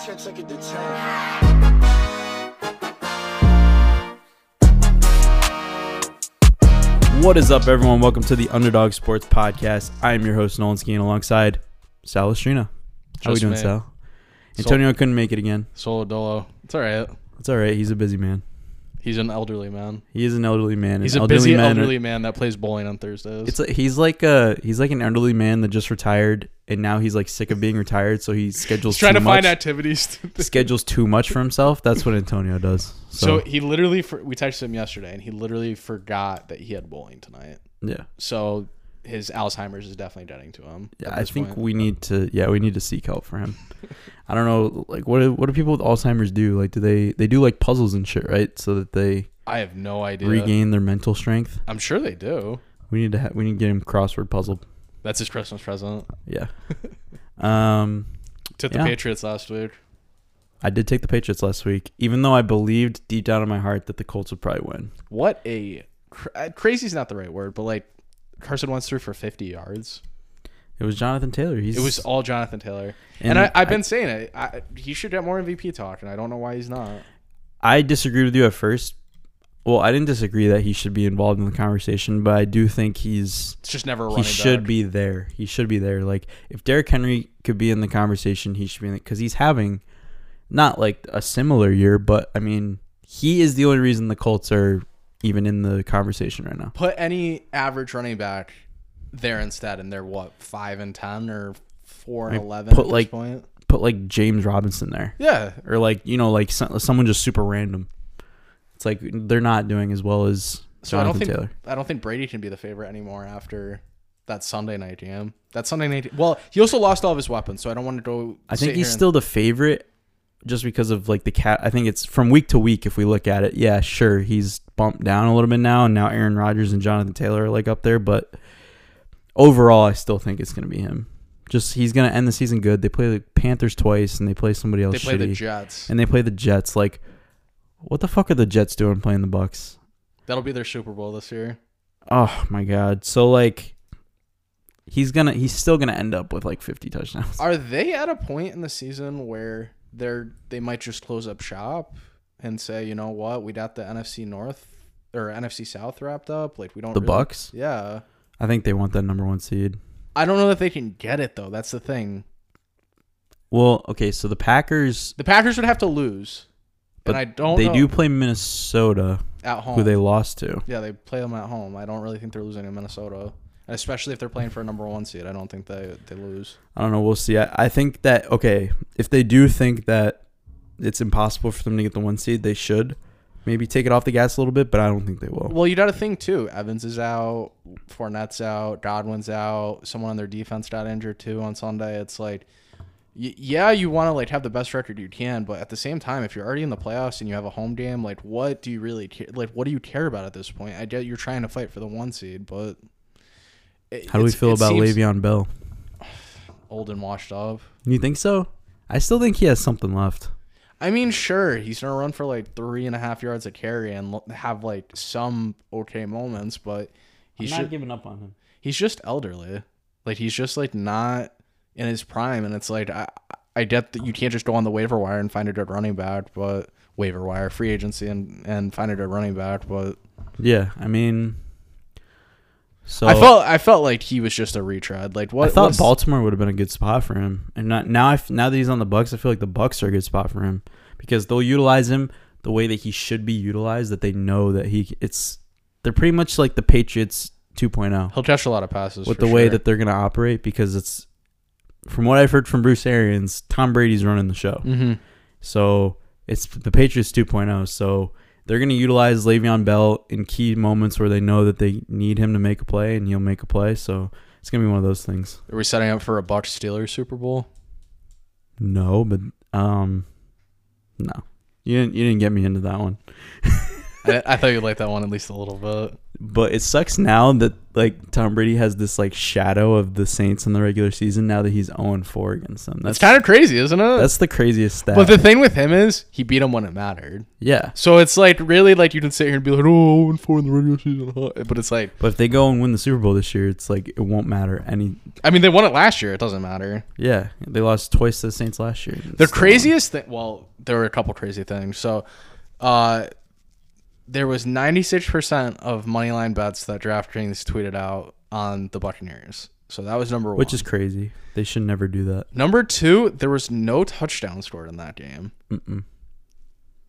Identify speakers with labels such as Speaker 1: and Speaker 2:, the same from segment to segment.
Speaker 1: can't take it to 10.
Speaker 2: What is up, everyone? Welcome to the Underdog Sports Podcast. I am your host, Nolan Skeen, alongside Sal Estrina. How we
Speaker 3: Just
Speaker 2: doing,
Speaker 3: me.
Speaker 2: Sal? Antonio couldn't make it again.
Speaker 3: Solo Dolo. It's all right.
Speaker 2: It's all right. He's a busy man.
Speaker 3: He's an elderly man.
Speaker 2: He is an elderly man.
Speaker 3: He's
Speaker 2: an
Speaker 3: a busy
Speaker 2: man.
Speaker 3: elderly man that plays bowling on Thursdays.
Speaker 2: It's like, he's like a he's like an elderly man that just retired, and now he's like sick of being retired, so he schedules
Speaker 3: He's trying
Speaker 2: too
Speaker 3: to find
Speaker 2: much-
Speaker 3: activities. to-
Speaker 2: schedules too much for himself. That's what Antonio does.
Speaker 3: so
Speaker 2: So,
Speaker 3: he literally, for, we texted him yesterday, and he literally forgot that he had bowling tonight.
Speaker 2: yeah,
Speaker 3: So his Alzheimer's is definitely getting to him.
Speaker 2: yeah.
Speaker 3: at
Speaker 2: I
Speaker 3: this
Speaker 2: think
Speaker 3: point.
Speaker 2: we need to yeah we need to seek help for him. I don't know like what do, what do people with Alzheimer's do? Like do they they do like puzzles and shit right? So that they
Speaker 3: I have no idea.
Speaker 2: regain their mental strength.
Speaker 3: I'm sure they do.
Speaker 2: We need to ha- we need to get him crossword puzzle.
Speaker 3: That's his Christmas present.
Speaker 2: Yeah. um,
Speaker 3: Took the
Speaker 2: Yeah.
Speaker 3: Patriots last week.
Speaker 2: I did take the Patriots last week, even though I believed deep down in my heart that the Colts would probably win.
Speaker 3: What a cr- uh, crazy's not the right word, but like Carson Wentz threw for 50 yards.
Speaker 2: It was Jonathan Taylor. He's
Speaker 3: It was all Jonathan Taylor.
Speaker 2: And
Speaker 3: And, I, I've
Speaker 2: I-
Speaker 3: been saying it. I, he should get more MVP talk, and I don't know why he's not.
Speaker 2: I disagreed with you at first. Well, I didn't disagree that he should be involved in the conversation, but I do think he's
Speaker 3: It's just never a
Speaker 2: he
Speaker 3: running
Speaker 2: should
Speaker 3: back.
Speaker 2: be there. He should be there. Like if Derrick Henry could be in the conversation, he should be in because he's having not like a similar year, but I mean he is the only reason the Colts are even in the conversation right now.
Speaker 3: Put any average running back there instead, and they're what five and ten or four and
Speaker 2: Like,
Speaker 3: eleven.
Speaker 2: put,
Speaker 3: at
Speaker 2: like-
Speaker 3: this point.
Speaker 2: Put like James Robinson there,
Speaker 3: yeah,
Speaker 2: or like you know like some, someone just super random. It's like they're not doing as well as
Speaker 3: so I don't
Speaker 2: Jonathan
Speaker 3: think
Speaker 2: Taylor.
Speaker 3: I don't think Brady can be the favorite anymore after that Sunday night game. That Sunday night. Well, he also lost all of his weapons, so I don't want to go.
Speaker 2: I
Speaker 3: sit
Speaker 2: think he's
Speaker 3: here and-
Speaker 2: still the favorite just because of like the cat. I think it's from week to week if we look at it. Yeah, sure, he's bumped down a little bit now, and now Aaron Rodgers and Jonathan Taylor are like up there. But overall, I still think it's gonna be him. Just he's gonna end the season good. They play the Panthers twice, and they play somebody else
Speaker 3: They play the
Speaker 2: shitty,
Speaker 3: Jets.
Speaker 2: and they play the Jets. Like, what the fuck are the Jets doing playing the Bucks?
Speaker 3: That'll be their Super Bowl this year.
Speaker 2: Oh my god! So like, he's gonna he's still gonna end up with like fifty touchdowns.
Speaker 3: Are they at a point in the season where they're they might just close up shop and say, you know what, we got the NFC North or NFC South wrapped up. Like we don't
Speaker 2: The
Speaker 3: really-
Speaker 2: Bucks.
Speaker 3: Yeah,
Speaker 2: I think they want that number one seed.
Speaker 3: I don't know that they can get it though. That's the thing.
Speaker 2: Well, okay, so the Packers,
Speaker 3: The Packers would have to lose,
Speaker 2: But
Speaker 3: and I don't.
Speaker 2: they
Speaker 3: know-
Speaker 2: do play Minnesota,
Speaker 3: at home.
Speaker 2: who they lost to.
Speaker 3: yeah, they play them at home. I don't really think they're losing in Minnesota, and especially if they're playing for a number one seed. I don't think they they lose.
Speaker 2: I don't know. We'll see. I, I think that, okay, if they do think that it's impossible for them to get the one seed, they should maybe take it off the gas a little bit, but I don't think they will.
Speaker 3: Well, you got to think too. Evans is out, Fournette's out, Godwin's out. Someone on their defense got injured too on Sunday. It's like, y- yeah, you want to like have the best record you can, but at the same time, if you're already in the playoffs and you have a home game, like what do you really care? Like what do you care about at this point? I get you're trying to fight for the one seed, but it-
Speaker 2: How do we
Speaker 3: it's-
Speaker 2: feel
Speaker 3: it
Speaker 2: about
Speaker 3: seems
Speaker 2: Le'Veon Bell?
Speaker 3: Old and washed up.
Speaker 2: You think so? I still think he has something left.
Speaker 3: I mean, sure, he's gonna run for like three and a half yards a carry and l- have like some okay moments, but he should.
Speaker 2: giving up on him.
Speaker 3: he's just elderly. Like he's just like not in his prime, and it's like I I get that you can't just go on the waiver wire and find a good running back, but waiver wire, free agency, and and find a good running back. But
Speaker 2: Yeah, I mean, so
Speaker 3: I felt I felt like he was just a retread. Like what
Speaker 2: I thought
Speaker 3: what's-
Speaker 2: Baltimore would have been a good spot for him, and not, now. I f- now that he's on the Bucks, I feel like the Bucks are a good spot for him because they'll utilize him the way that he should be utilized. That they know that he it's they're pretty much like the Patriots 2.0
Speaker 3: he'll catch a lot of passes
Speaker 2: with
Speaker 3: for
Speaker 2: the way
Speaker 3: sure.
Speaker 2: that they're going to operate because it's from what I've heard from Bruce Arians, Tom Brady's running the show,
Speaker 3: Mhm.
Speaker 2: so it's the Patriots 2.0. So they're going to utilize Le'Veon Bell in key moments where they know that they need him to make a play, and he'll make a play. So it's going to be one of those things.
Speaker 3: Are we setting up for a Bucks Steelers Super Bowl?
Speaker 2: No, but um, no, you didn't. You didn't get me into that one.
Speaker 3: I, I thought you'd like that one at least a little bit.
Speaker 2: But it sucks now that like Tom Brady has this like shadow of the Saints in the regular season now that he's 0 4 against them.
Speaker 3: It's
Speaker 2: That's
Speaker 3: kind of crazy, isn't it?
Speaker 2: that's the craziest stat.
Speaker 3: but the thing with him is he beat him when it mattered.
Speaker 2: yeah.
Speaker 3: So it's like really like you can sit here and be like, oh, and four in the regular season, huh?" but it's like
Speaker 2: But if they go and win the Super Bowl this year, it's like it won't matter any.
Speaker 3: I mean they won it last year. It doesn't matter.
Speaker 2: Yeah, they lost twice to the Saints last year.
Speaker 3: The
Speaker 2: Still won.
Speaker 3: craziest thing. Well, there were a couple crazy things. So, uh, there was ninety six percent of moneyline bets that DraftKings tweeted out on the Buccaneers. So that was number one.
Speaker 2: which is crazy. They should never do that.
Speaker 3: number two. There was no touchdown scored in that game.
Speaker 2: Mm-mm.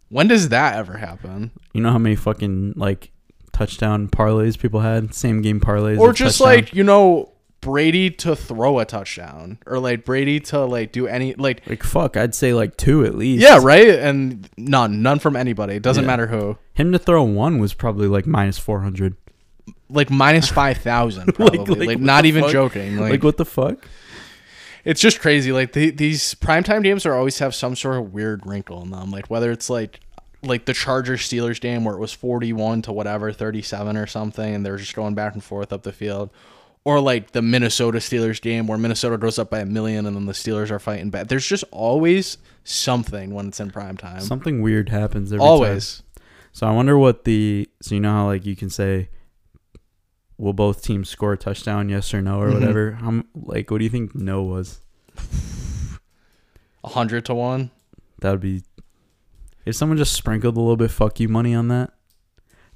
Speaker 3: When does that ever happen?
Speaker 2: You know how many fucking like touchdown parlays people had, same game parlays,
Speaker 3: or
Speaker 2: with
Speaker 3: just
Speaker 2: touchdown?
Speaker 3: like you know Brady to throw a touchdown, or like Brady to like do any like
Speaker 2: like fuck. I'd say like two at least.
Speaker 3: yeah right and none none from anybody. It doesn't
Speaker 2: Yeah.
Speaker 3: matter who.
Speaker 2: him to throw one was probably like minus four hundred.
Speaker 3: Like minus five thousand, probably. like,
Speaker 2: like, what
Speaker 3: not
Speaker 2: the
Speaker 3: even
Speaker 2: fuck?
Speaker 3: joking.
Speaker 2: Like,
Speaker 3: Like,
Speaker 2: what the fuck?
Speaker 3: it's just crazy. Like the, these primetime games are always have some sort of weird wrinkle in them. Like whether it's like like the Chargers Steelers game where it was forty one to whatever thirty seven or something, and they're just going back and forth up the field, or like the Minnesota Steelers game where Minnesota goes up by a million and then the Steelers are fighting back. There's just always something when it's in primetime. time.
Speaker 2: Something weird happens every time.
Speaker 3: always.
Speaker 2: So I wonder what the so you know how like you can say, will both teams score a touchdown? Yes or no or
Speaker 3: Mhm.
Speaker 2: whatever. How m- like what do you think no was?
Speaker 3: a hundred to one.
Speaker 2: That would be if someone just sprinkled a little bit fuck you money on that.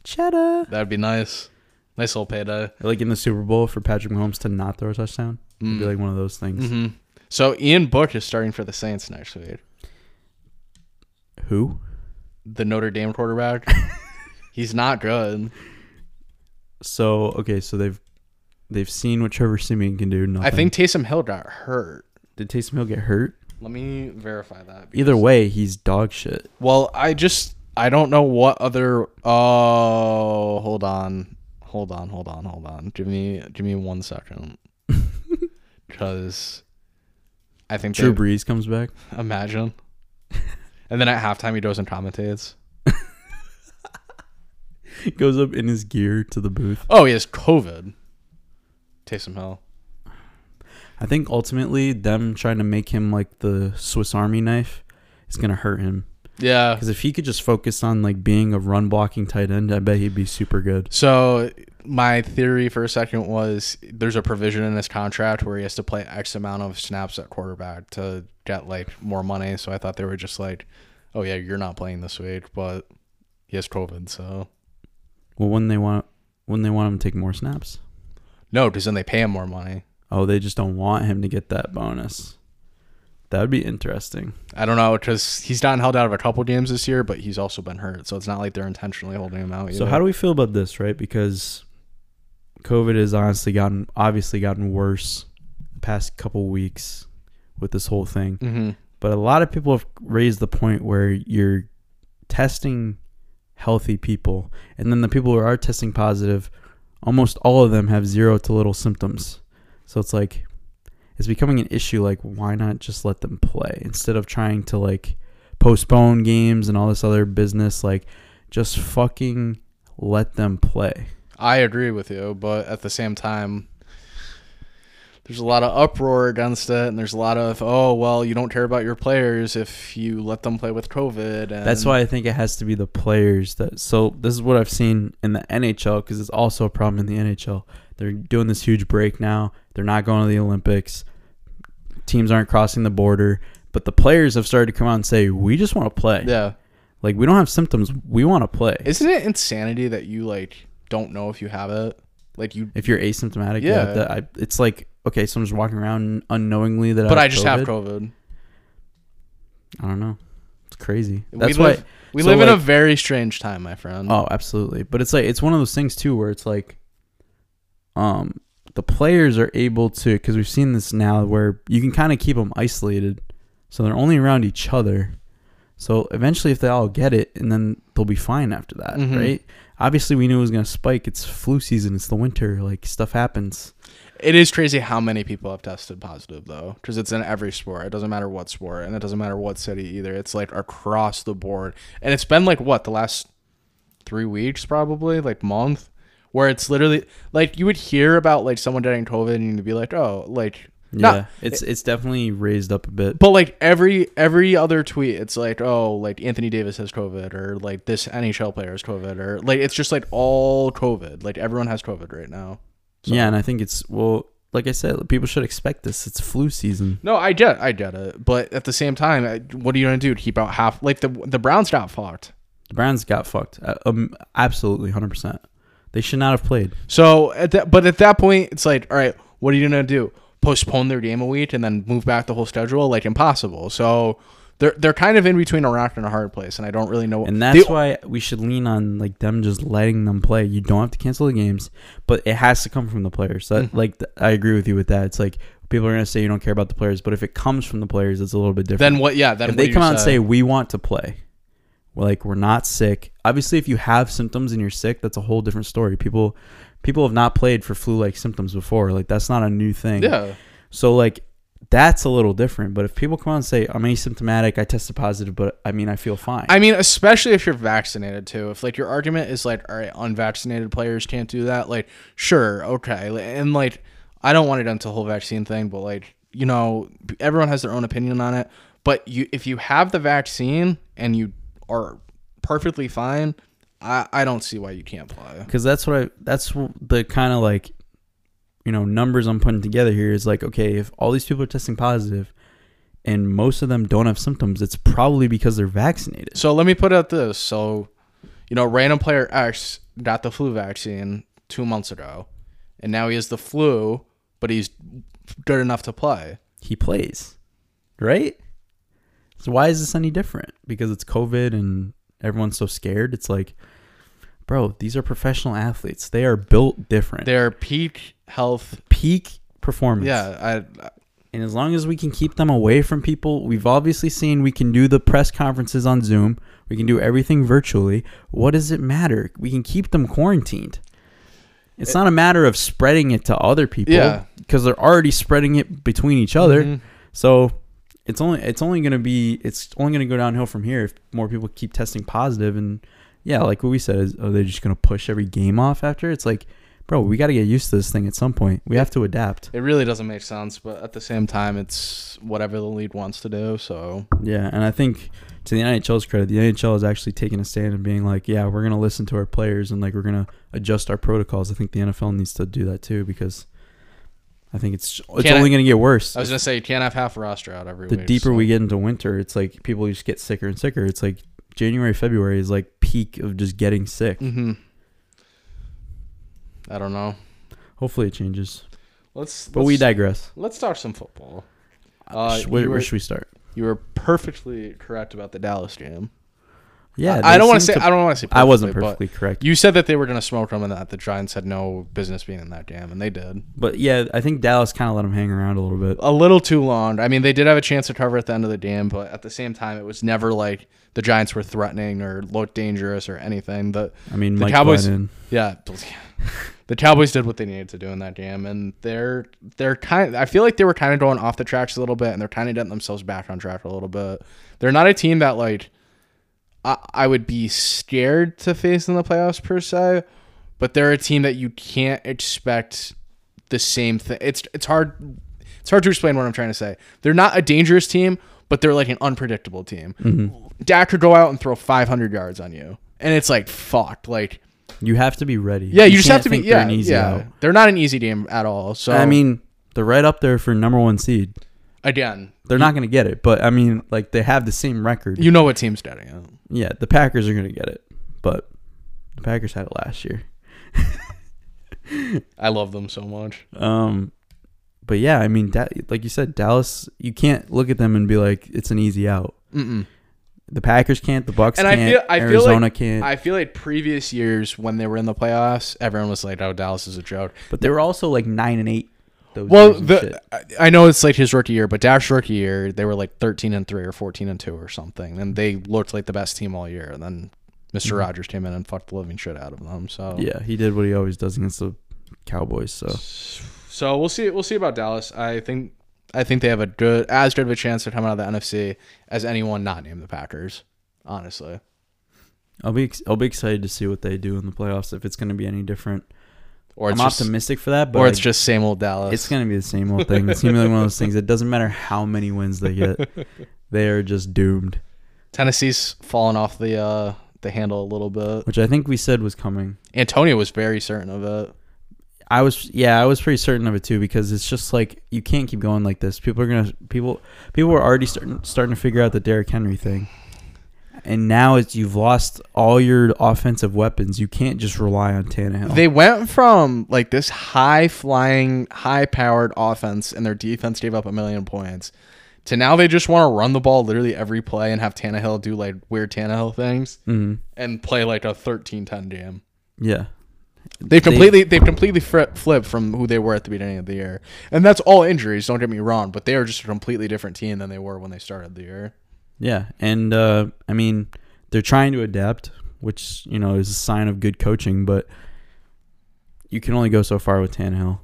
Speaker 2: Cheddar.
Speaker 3: That'd be nice. Nice little payday.
Speaker 2: Like in the Super Bowl for Patrick Mahomes to not throw a touchdown. It'd be
Speaker 3: Mm.
Speaker 2: like one of those things.
Speaker 3: hmm So Ian Book is starting for the Saints next week. Mm-hmm.
Speaker 2: Who?
Speaker 3: the Notre Dame quarterback. He's not good.
Speaker 2: So okay, so they've they've seen what Trevor Simeon can do. Nothing.
Speaker 3: I think Taysom Hill got hurt.
Speaker 2: did Taysom Hill get hurt?
Speaker 3: Let me verify that.
Speaker 2: Either way, he's dog shit.
Speaker 3: Well, I just I don't know what other. Oh, hold on, hold on, hold on, hold on. Give me give me one second. Because I think
Speaker 2: Drew
Speaker 3: Drew
Speaker 2: Brees comes back.
Speaker 3: imagine. And then at halftime, he goes and commentates.
Speaker 2: goes up in his gear to the booth.
Speaker 3: Oh, he has COVID. Taysom Hill.
Speaker 2: I think ultimately them trying to make him like the Swiss Army knife is gonna hurt him.
Speaker 3: Yeah.
Speaker 2: Because if he could just focus on like being a run blocking tight end, I bet he'd be super good.
Speaker 3: So my theory for a second was there's a provision in his contract where he has to play X amount of snaps at quarterback to get like more money. So I thought they were just like, oh yeah, you're not playing this week, but he has COVID, so
Speaker 2: Well, wouldn't they want wouldn't they want him to take more snaps?
Speaker 3: no, because then they pay him more money.
Speaker 2: Oh, they just don't want him to get that bonus. That would be interesting.
Speaker 3: I don't know because he's gotten held out of a couple games this year, but he's also been hurt, so it's not like they're intentionally holding him out.
Speaker 2: So how do we feel about this, right? Because COVID has honestly gotten obviously gotten worse the past couple weeks with this whole thing.
Speaker 3: hmm
Speaker 2: But a lot of people have raised the point where you're testing healthy people, and then the people who are testing positive, almost all of them have zero to little symptoms. So it's like, it's becoming an issue. Like, why not just let them play instead of trying to like postpone games and all this other business? Like, just fucking let them play.
Speaker 3: I agree with you, but at the same time, there's a lot of uproar against it, and there's a lot of oh well, you don't care about your players if you let them play with COVID. And
Speaker 2: That's why I think it has to be the players that. So this is what I've seen in the NHL because it's also a problem in the NHL. They're doing this huge break now. They're not going to the Olympics. Teams aren't crossing the border, but the players have started to come out and say, "We just want to play.
Speaker 3: yeah,
Speaker 2: Like we don't have symptoms. We want to play."
Speaker 3: isn't it insanity that you like don't know if you have it? Like you,
Speaker 2: if you're asymptomatic,
Speaker 3: Yeah.
Speaker 2: yeah, that I, it's like okay, so I'm just walking around unknowingly that.
Speaker 3: but
Speaker 2: I,
Speaker 3: I just have
Speaker 2: COVID.
Speaker 3: COVID.
Speaker 2: I don't know. It's crazy. That's
Speaker 3: we
Speaker 2: why.
Speaker 3: live, we
Speaker 2: so,
Speaker 3: live in a
Speaker 2: like-
Speaker 3: very strange time, my friend.
Speaker 2: Oh, absolutely. But it's like it's one of those things too where it's like um the players are able to cuz we've seen this now where you can kind of keep them isolated so they're only around each other. So eventually if they all get it and then they'll be fine after that,
Speaker 3: Mhm.
Speaker 2: right? Obviously we knew it was going to spike. It's flu season, it's the winter, like stuff happens.
Speaker 3: It is crazy how many people have tested positive though, because it's in every sport. It doesn't matter what sport, and it doesn't matter what city either. It's like across the board, and it's been like what the last three weeks, probably like month, where it's literally like you would hear about like someone dying of COVID and you'd be like, oh, like
Speaker 2: Yeah,
Speaker 3: not,
Speaker 2: it's it's definitely raised up a bit.
Speaker 3: but like every every other tweet, it's like, oh, like Anthony Davis has COVID, or like this NHL player has COVID, or like it's just like all COVID. Like everyone has COVID right now. So-
Speaker 2: Yeah, and I think it's well, like I said, people should expect this. It's flu season.
Speaker 3: No, I get, I get it, but at the same time, I- what are you gonna do? Keep out half? Like the the Browns got fucked.
Speaker 2: The Browns got fucked. Uh, Um, absolutely, hundred percent. They should not have played.
Speaker 3: So at that, but at that point, it's like, all right, what are you gonna do? Postpone their game a week and then move back the whole schedule? Like impossible. So they're they're kind of in between a rock and a hard place, and I don't really know.
Speaker 2: And that's
Speaker 3: the-
Speaker 2: why we should lean on like them just letting them play. You don't have to cancel the games, but it has to come from the players. That
Speaker 3: Mm-hmm.
Speaker 2: like th- I agree with you with that. It's like people are gonna say you don't care about the players, but if it comes from the players, it's a little bit different.
Speaker 3: then what? Yeah, then
Speaker 2: if
Speaker 3: what
Speaker 2: they
Speaker 3: you
Speaker 2: come out and
Speaker 3: said.
Speaker 2: say we want to play we're like we're not sick obviously if you have symptoms and you're sick that's a whole different story people people have not played for flu like symptoms before like that's not a new thing
Speaker 3: yeah.
Speaker 2: so like that's a little different but if people come out and say i'm asymptomatic i tested positive but i mean i feel fine
Speaker 3: I mean, especially if you're vaccinated too. If like your argument is like, all right, unvaccinated players can't do that. Like, sure, okay, Like, and like, I don't want to get into the whole vaccine thing, but like, you know, everyone has their own opinion on it. But you, if you have the vaccine and you are perfectly fine, I, I don't see why you can't play.
Speaker 2: because that's what I that's w- the kind of like you know numbers I'm putting together here is like okay if all these people are testing positive and most of them don't have symptoms it's probably because they're vaccinated
Speaker 3: So let me put out this. So, you know, random player X got the flu vaccine two months ago, and now he has the flu, but he's good enough to play.
Speaker 2: he plays, right? So why is this any different? Because it's COVID and everyone's so scared. It's like, bro, these are professional athletes. They are built different.
Speaker 3: their peak health.
Speaker 2: Peak performance.
Speaker 3: Yeah, I,
Speaker 2: And as long as we can keep them away from people, we've obviously seen we can do the press conferences on Zoom. We can do everything virtually. What does it matter? We can keep them quarantined. It's not a matter of spreading it to other people
Speaker 3: Yeah. Mm-hmm.
Speaker 2: because they're already spreading it between each other.
Speaker 3: mm,
Speaker 2: So it's only it's only going to be it's only going to go downhill from here if more people keep testing positive and yeah, like what we said is are they just going to push every game off after? It's like, bro, we got to get used to this thing at some point. We have to adapt.
Speaker 3: it really doesn't make sense, but at the same time, it's whatever the league wants to do. So
Speaker 2: Yeah, and I think to the NHL's credit, the NHL is actually taking a stand and being like, yeah, we're gonna listen to our players and like we're gonna adjust our protocols. I think the NFL needs to do that too because I think it's it's
Speaker 3: Can I-
Speaker 2: only gonna get worse.
Speaker 3: I was gonna say you can't have half a roster out every
Speaker 2: the
Speaker 3: week.
Speaker 2: deeper
Speaker 3: so-
Speaker 2: we get into winter, it's like people just get sicker and sicker. It's like January, February is like peak of just getting sick.
Speaker 3: Mhm. I don't know.
Speaker 2: Hopefully it changes.
Speaker 3: Let's.
Speaker 2: But we
Speaker 3: let's-
Speaker 2: digress.
Speaker 3: Let's talk some football.
Speaker 2: Uh,
Speaker 3: Uh,
Speaker 2: where,
Speaker 3: you,
Speaker 2: where
Speaker 3: were,
Speaker 2: should we start?
Speaker 3: you were perfectly correct about the Dallas game.
Speaker 2: Yeah,
Speaker 3: I
Speaker 2: they
Speaker 3: don't want to say
Speaker 2: seem
Speaker 3: I don't want to say
Speaker 2: I wasn't
Speaker 3: perfectly, but
Speaker 2: perfectly correct.
Speaker 3: You said that they were gonna smoke them and that the Giants had no business being in that game, and they did.
Speaker 2: But yeah, I think Dallas kind of let him hang around a little bit.
Speaker 3: a little too long. I mean, they did have a chance to cover at the end of the game, but at the same time, it was never like the Giants were threatening or looked dangerous or anything. The
Speaker 2: I mean,
Speaker 3: the
Speaker 2: Mike
Speaker 3: Cowboys-
Speaker 2: Glennon.
Speaker 3: yeah, the Cowboys did what they needed to do in that game, and they're they're kind. I feel like they were kind of going off the tracks a little bit, and they're kind of getting themselves back on track a little bit. They're not a team that like I, I would be scared to face in the playoffs per se, but they're a team that you can't expect the same thing. It's it's hard it's hard to explain what I'm trying to say. They're not a dangerous team, but they're like an unpredictable team. Dak could go out and throw 500 yards on you, and it's like fuck. Like
Speaker 2: You have to be ready.
Speaker 3: yeah, you, just
Speaker 2: can't
Speaker 3: have to be
Speaker 2: think they're
Speaker 3: yeah
Speaker 2: an easy
Speaker 3: yeah.
Speaker 2: out.
Speaker 3: They're not an easy team at all. So
Speaker 2: I mean, they're right up there for number one seed.
Speaker 3: again,
Speaker 2: They're not going to get it, but I mean, like they have the same record.
Speaker 3: you know what team's getting it.
Speaker 2: yeah, the Packers are going to get it, but the Packers had it last year.
Speaker 3: I love them so much.
Speaker 2: Um, but yeah, I mean, da- like you said, Dallas. You can't look at them and be like, it's an easy out.
Speaker 3: Mm-mm.
Speaker 2: The Packers can't. The Bucks
Speaker 3: And I
Speaker 2: can't.
Speaker 3: feel- I feel like-
Speaker 2: Arizona can't.
Speaker 3: I feel like previous years when they were in the playoffs, everyone was like, "Oh, Dallas is a joke."
Speaker 2: but they were also like nine and eight. Those
Speaker 3: Well,
Speaker 2: years and shit.
Speaker 3: the, I I know it's like his rookie year, but Dash rookie year, they were like 13 and 3 or 14 and 2 or something. And they looked like the best team all year. And then mister Rogers came in and fucked the living shit out of them. So
Speaker 2: Mm-hmm. yeah, he did what he always does against the Cowboys. So
Speaker 3: So we'll see we'll see about Dallas. I think I think they have a good as good of a chance to come out of the NFC as anyone not named the Packers, honestly.
Speaker 2: I'll be ex- I'll be excited to see what they do in the playoffs if it's going to be any different.
Speaker 3: Or it's
Speaker 2: I'm
Speaker 3: just,
Speaker 2: optimistic for that, but
Speaker 3: or it's
Speaker 2: like,
Speaker 3: just same old Dallas.
Speaker 2: it's gonna be the same old thing. It's gonna be like one of those things. It doesn't matter how many wins they get, they are just doomed.
Speaker 3: Tennessee's fallen off the uh, the handle a little bit.
Speaker 2: Which I think we said was coming.
Speaker 3: Antonio was very certain of it.
Speaker 2: I was yeah, I was pretty certain of it too because it's just like you can't keep going like this. People are gonna people people are already starting starting to figure out the Derrick Henry thing, and now it's you've lost all your offensive weapons. You can't just rely on Tannehill.
Speaker 3: They went from like this high flying, high powered offense, and their defense gave up a million points, to now they just want to run the ball literally every play and have Tannehill do like weird Tannehill things
Speaker 2: Mhm.
Speaker 3: and play like a 13-10 game.
Speaker 2: yeah,
Speaker 3: They've completely they've completely fri- flipped from who they were at the beginning of the year, and that's all injuries. Don't get me wrong, but they are just a completely different team than they were when they started the year.
Speaker 2: yeah, and uh, I mean they're trying to adapt, which you know is a sign of good coaching, but you can only go so far with Tannehill.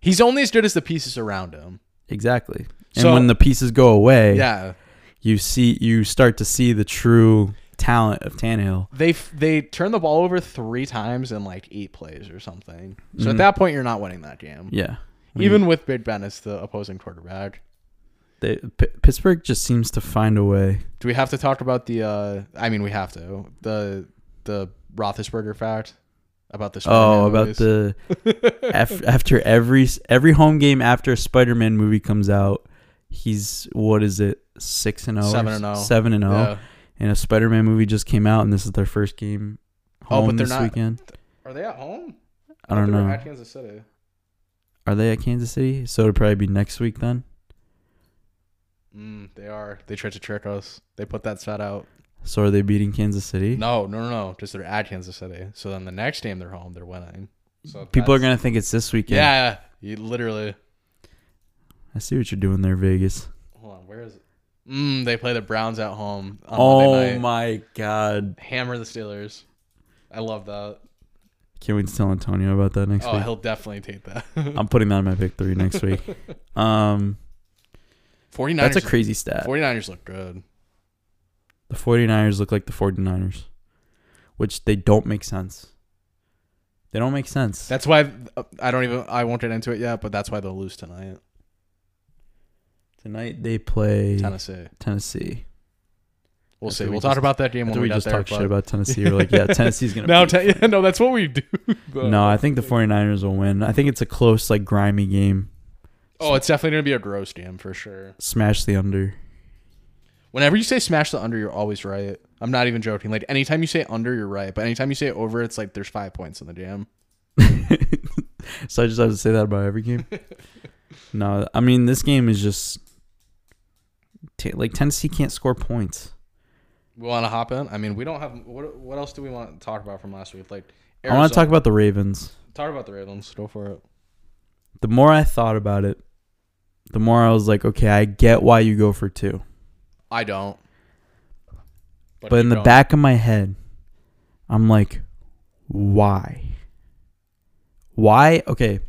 Speaker 3: He's only as good as the pieces around him.
Speaker 2: Exactly. And
Speaker 3: So-
Speaker 2: when the pieces go away,
Speaker 3: Yeah,
Speaker 2: you see you start to see the true talent of Tannehill.
Speaker 3: they f- they turned the ball over three times in like eight plays or something. So
Speaker 2: Mm-hmm.
Speaker 3: at that point, you're not winning that game,
Speaker 2: Mm. Yeah.
Speaker 3: even with Big Ben as the opposing quarterback.
Speaker 2: They, P- Pittsburgh just seems to find a way.
Speaker 3: Do we have to talk about the? uh I mean, we have to the the Roethlisberger fact about the
Speaker 2: Oh,
Speaker 3: Spider-Man
Speaker 2: about
Speaker 3: movies?
Speaker 2: the af- after every s- every home game after a Spider-Man movie comes out, he's what is it? 6 and 0
Speaker 3: Seven and oh.
Speaker 2: 7 and 0.
Speaker 3: Yeah.
Speaker 2: And a Spider-Man movie just came out and this is their first game
Speaker 3: Oh,
Speaker 2: home
Speaker 3: but they're
Speaker 2: this
Speaker 3: not-
Speaker 2: weekend.
Speaker 3: Are they at home?
Speaker 2: I don't
Speaker 3: think they're
Speaker 2: know.
Speaker 3: At Kansas City.
Speaker 2: Are they at Kansas City? So it'll probably be next week then.
Speaker 3: Mm, they are. They tried to trick us. They put that stat out.
Speaker 2: So are they beating Kansas City?
Speaker 3: No, no, no, no. Just they're at Kansas City. So then the next game they're home, they're winning. So
Speaker 2: People are
Speaker 3: that's-
Speaker 2: going to think it's this weekend.
Speaker 3: Yeah, you literally.
Speaker 2: I see what you're doing there, Vegas.
Speaker 3: Hold on, where is it? Mm, they play the Browns at home on Monday
Speaker 2: Oh
Speaker 3: night.
Speaker 2: my god.
Speaker 3: Hammer the Steelers. I love that.
Speaker 2: Can't wait to tell Antonio about that next
Speaker 3: Oh,
Speaker 2: week.
Speaker 3: he'll definitely take that.
Speaker 2: I'm putting that in my pick three next week. Um,
Speaker 3: 49ers,
Speaker 2: that's a crazy stat.
Speaker 3: 49ers look good.
Speaker 2: The 49ers look like the 49ers, which they don't make sense. They don't make sense.
Speaker 3: That's why uh, I don't even. I won't get into it yet, but that's why they'll lose tonight.
Speaker 2: Tonight they play
Speaker 3: Tennessee.
Speaker 2: Tennessee.
Speaker 3: We'll
Speaker 2: After
Speaker 3: see.
Speaker 2: we
Speaker 3: We'll
Speaker 2: just-
Speaker 3: talk about that game when
Speaker 2: After
Speaker 3: we
Speaker 2: we
Speaker 3: get
Speaker 2: just
Speaker 3: there.
Speaker 2: talked shit
Speaker 3: but-
Speaker 2: about Tennessee, we're like, yeah, Tennessee's gonna.
Speaker 3: No,
Speaker 2: beat-
Speaker 3: te- yeah, no, that's what we do. but-
Speaker 2: no, I think the 49ers will win. I think it's a close, like grimy game.
Speaker 3: Oh, it's definitely gonna be a gross game for sure.
Speaker 2: Smash the under.
Speaker 3: Whenever you say smash the under, you're always right. I'm not even joking. Like anytime you say under, you're right. But anytime you say over, it's like there's five points in the jam.
Speaker 2: So I just have to say that about every game. no, I mean this game is just t- like Tennessee can't score points.
Speaker 3: We want to hop in. I mean, we don't have what. What else do we want to talk about from last week? Like,
Speaker 2: I want to talk about the Ravens.
Speaker 3: talk about the Ravens. Go for it.
Speaker 2: The more I thought about it, the more I was like, okay, I get why you go for two.
Speaker 3: I don't.
Speaker 2: But in
Speaker 3: you
Speaker 2: the
Speaker 3: don't.
Speaker 2: back of my head, I'm like, why? Why? Okay.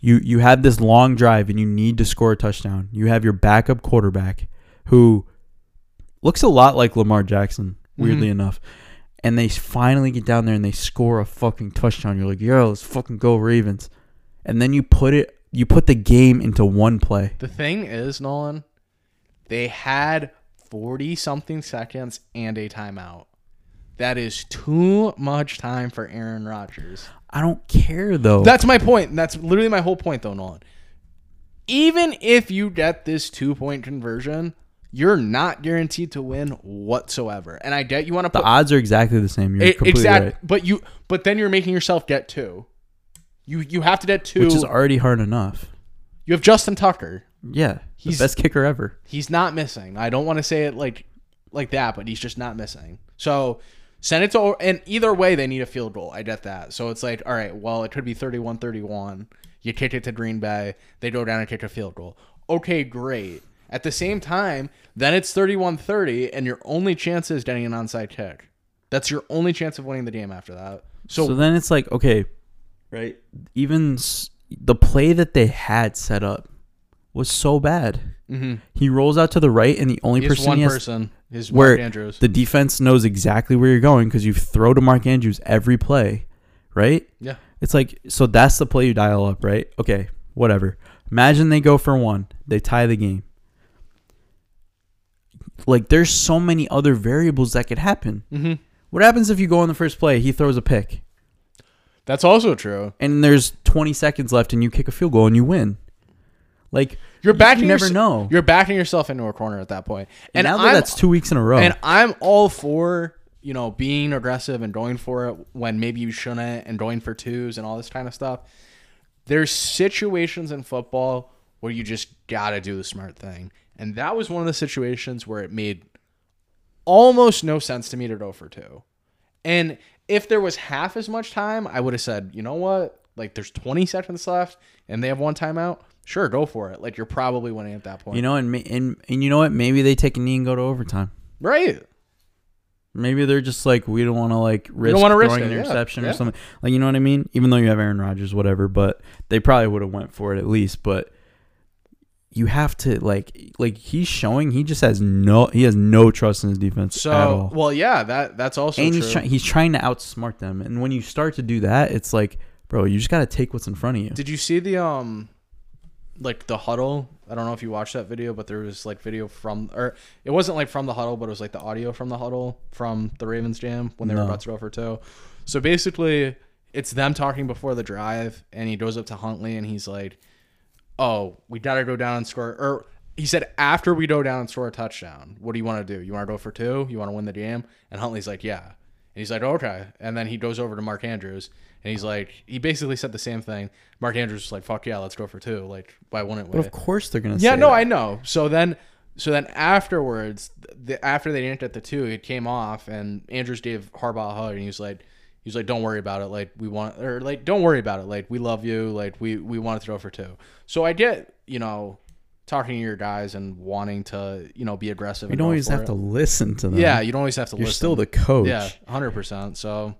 Speaker 2: You you had this long drive and you need to score a touchdown. You have your backup quarterback who looks a lot like Lamar Jackson, weirdly
Speaker 3: Mhm.
Speaker 2: enough. And they finally get down there and they score a fucking touchdown. You're like, yo, let's fucking go Ravens. And then you put it you put the game into one play.
Speaker 3: the thing is, Nolan, they had forty something seconds and a timeout. That is too much time for Aaron Rodgers.
Speaker 2: I don't care though.
Speaker 3: That's my point. and That's literally my whole point, though, Nolan. Even if you get this two point conversion, you're not guaranteed to win whatsoever. And I get you want to
Speaker 2: the
Speaker 3: put
Speaker 2: odds are exactly the same. You're
Speaker 3: it,
Speaker 2: completely
Speaker 3: E, exact-
Speaker 2: right.
Speaker 3: but you but then you're making yourself get two. You you have to get two.
Speaker 2: Which is already hard enough.
Speaker 3: you have Justin Tucker.
Speaker 2: Yeah, he's
Speaker 3: He's-
Speaker 2: the best kicker ever.
Speaker 3: He's not missing. I don't want to say it like like that, but he's just not missing. So send it to and either way they need a field goal. I get that. So it's like, all right, well, it could be 31-31. You kick it to Green Bay, they go down and kick a field goal. Okay, great. At the same time, then it's 31-30 and your only chance is getting an onside kick. That's your only chance of winning the game after that. So,
Speaker 2: So then it's like, okay, right? Even s- the play that they had set up was so bad.
Speaker 3: mhm.
Speaker 2: He rolls out to the right, and the only
Speaker 3: He's
Speaker 2: Mm-hmm. person
Speaker 3: one
Speaker 2: he has,
Speaker 3: person. His
Speaker 2: Where-
Speaker 3: Mark Andrews.
Speaker 2: The defense knows exactly where you're going because you throw to Mark Andrews every play, right?
Speaker 3: Yeah.
Speaker 2: It's like so that's the play you dial up, right? Okay, whatever. Imagine they go for one, they tie the game. Like there's so many other variables that could happen.
Speaker 3: mm-hmm.
Speaker 2: What happens if you go on the first play, he throws a pick,
Speaker 3: That's also true.
Speaker 2: and there's 20 seconds left, and you kick a field goal and you win? Like
Speaker 3: You're backing.
Speaker 2: you never
Speaker 3: yourse-
Speaker 2: know.
Speaker 3: You're backing yourself into a corner at that point.
Speaker 2: And
Speaker 3: And
Speaker 2: now that
Speaker 3: I'm-
Speaker 2: that's two weeks in a row.
Speaker 3: And I'm all for you know being aggressive and going for it when maybe you shouldn't and going for twos and all this kind of stuff. There's situations in football where you just gotta do the smart thing, and that was one of the situations where it made almost no sense to me to go for two. And if there was half as much time, I would have said, you know what? Like there's 20 seconds left and they have one timeout. Sure, go for it. Like you're probably winning at that point.
Speaker 2: you know, and, ma- and and you know what? Maybe they take a knee and go to overtime.
Speaker 3: right.
Speaker 2: Maybe they're just like we don't want to like risk
Speaker 3: wanna
Speaker 2: throwing
Speaker 3: risk
Speaker 2: an
Speaker 3: it, yeah,
Speaker 2: interception
Speaker 3: yeah.
Speaker 2: or something. Like you know what I mean? Even though you have Aaron Rodgers, whatever, but they probably would have went for it at least. But you have to like like he's showing he just has no he has no trust in his defense at
Speaker 3: So,
Speaker 2: all.
Speaker 3: well, yeah, that that's also
Speaker 2: and
Speaker 3: true.
Speaker 2: he's trying he's trying to outsmart them. And when you start to do that, it's like, bro, you just got to take what's in front of you.
Speaker 3: Did you see the um like the huddle? I don't know if you watched that video, but there was like video from or it wasn't like from the huddle, but it was like the audio from the huddle from the Ravens jam when they were
Speaker 2: No.
Speaker 3: about to go for two. So basically it's them talking before the drive and he goes up to Huntley and he's like, Oh, we gotta go down and score or he said after we go down and score a touchdown, what do you want to do? You want to go for two? You want to win the game? And Huntley's like, yeah. And he's like, okay. And then he goes over to Mark Andrews and he's like, he basically said the same thing. Mark Andrews was like, fuck yeah, let's go for two. Like, why wouldn't we?
Speaker 2: But of course they're gonna.
Speaker 3: Yeah,
Speaker 2: say
Speaker 3: no,
Speaker 2: that.
Speaker 3: I know. So then, so then afterwards, the, after they didn't get the two, it came off, and Andrews gave Harbaugh a hug, and he was like, he was like, "Don't worry about it. Like we want, or like, don't worry about it. Like we love you. Like we we want to throw for two. So I get, you know, talking to your guys and wanting to, you know, be aggressive.
Speaker 2: You don't always have to listen to them.
Speaker 3: Yeah, you don't always have to.
Speaker 2: you're
Speaker 3: listen.
Speaker 2: still the coach.
Speaker 3: Yeah, hundred percent. So.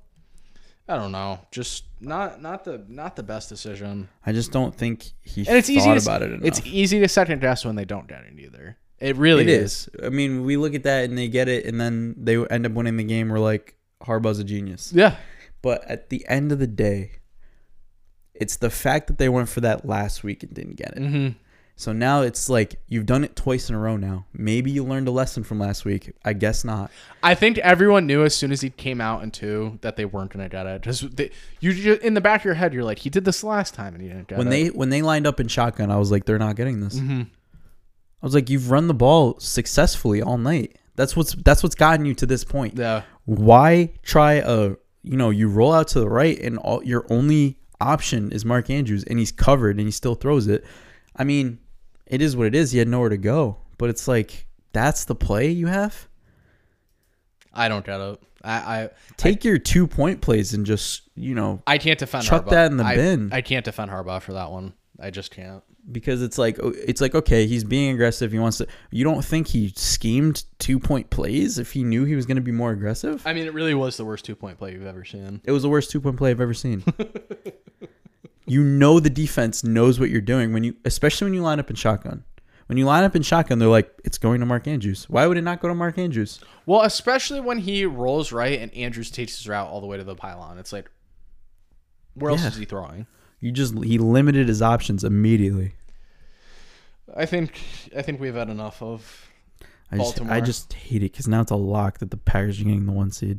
Speaker 3: I don't know. Just not not the not the best decision.
Speaker 2: I just don't think he
Speaker 3: And it's
Speaker 2: thought
Speaker 3: easy to,
Speaker 2: about it enough.
Speaker 3: It's easy to second guess when they don't get it either. It really
Speaker 2: It
Speaker 3: is.
Speaker 2: is. I mean, we look at that and they get it, and then they end up winning the game. We're like, Harbaugh's a genius.
Speaker 3: Yeah.
Speaker 2: But at the end of the day, it's the fact that they went for that last week and didn't get it.
Speaker 3: Mm-hmm.
Speaker 2: So now it's like you've done it twice in a row now. Maybe you learned a lesson from last week. I guess not.
Speaker 3: I think everyone knew as soon as he came out in two that they weren't gonna get it. Just they, you ju- in the back of your head, you're like, he did this last time and he didn't get
Speaker 2: When
Speaker 3: it.
Speaker 2: they when they lined up in shotgun, I was like, they're not getting this.
Speaker 3: Mhm.
Speaker 2: I was like, you've run the ball successfully all night. That's what's that's what's gotten you to this point.
Speaker 3: yeah,
Speaker 2: why try a you know you roll out to the right and all your only option is Mark Andrews and he's covered and he still throws it. I mean, it is what it is. He had nowhere to go, but it's like that's the play you have.
Speaker 3: I don't get it. I I,
Speaker 2: Take your two point plays and just you know
Speaker 3: I can't defend.
Speaker 2: Chuck
Speaker 3: Harbaugh.
Speaker 2: that in the
Speaker 3: I-
Speaker 2: bin.
Speaker 3: I can't defend Harbaugh for that one. I just can't.
Speaker 2: because it's like it's like okay he's being aggressive. He wants to. You don't think he schemed two point plays if he knew he was going to be more aggressive?
Speaker 3: I mean, it really was the worst two point play you've ever seen.
Speaker 2: It was the worst two point play I've ever seen. you know the defense knows what you're doing when you, especially when you line up in shotgun. When you line up in shotgun, they're like, "It's going to Mark Andrews." Why would it not go to Mark Andrews?
Speaker 3: Well, especially when he rolls right and Andrews takes his route all the way to the pylon. It's like, where else
Speaker 2: Yeah.
Speaker 3: is he throwing?
Speaker 2: You just he limited his options immediately.
Speaker 3: I think I think we've had enough of
Speaker 2: I just I
Speaker 3: Baltimore.
Speaker 2: just hate it because now it's a lock that the Packers are getting the one seed.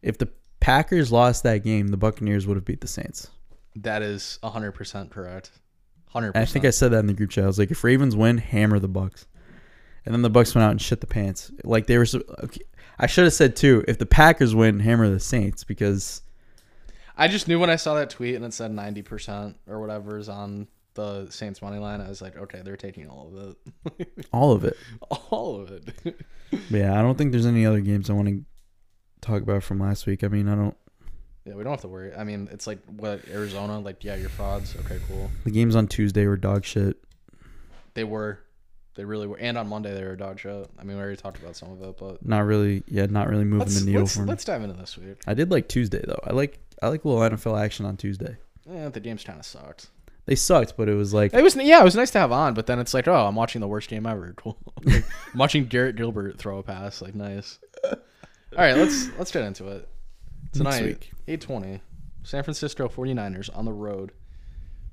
Speaker 2: If the Packers lost that game, the Buccaneers would have beat the Saints.
Speaker 3: That is 100% correct. 100%.
Speaker 2: And I think I said that in the group chat. I was like, if Ravens win, hammer the Bucks. And then the Bucks went out and shit the pants. Like they were. so- Okay. I should have said too. If the Packers win, hammer the Saints because
Speaker 3: I just knew when I saw that tweet and it said 90% or whatever is on the Saints money line. I was like, okay, they're taking all of it.
Speaker 2: all of it.
Speaker 3: all of it.
Speaker 2: But yeah, I don't think there's any other games I want to talk about from last week. I mean, I don't.
Speaker 3: yeah, we don't have to worry. I mean, it's like what Arizona like, yeah, you're frauds. Okay, cool.
Speaker 2: The games on Tuesday were dog shit.
Speaker 3: They were they really were and on Monday they were a dog show. I mean, we already talked about some of it, but
Speaker 2: Not really. Yeah, not really moving
Speaker 3: let's
Speaker 2: the needle
Speaker 3: let's,
Speaker 2: for me.
Speaker 3: let's dive into this week.
Speaker 2: I did like Tuesday though. I like I like a little NFL action on Tuesday.
Speaker 3: Eh, the game's kind of sucked.
Speaker 2: They sucked, but it was like
Speaker 3: It was yeah, it was nice to have on, but then it's like, oh, I'm watching the worst game ever. Cool. Like, I'm watching Garrett Gilbert throw a pass. Like nice. All right, let's let's get into it. Tonight,
Speaker 2: week.
Speaker 3: 8:20, San Francisco 49ers on the road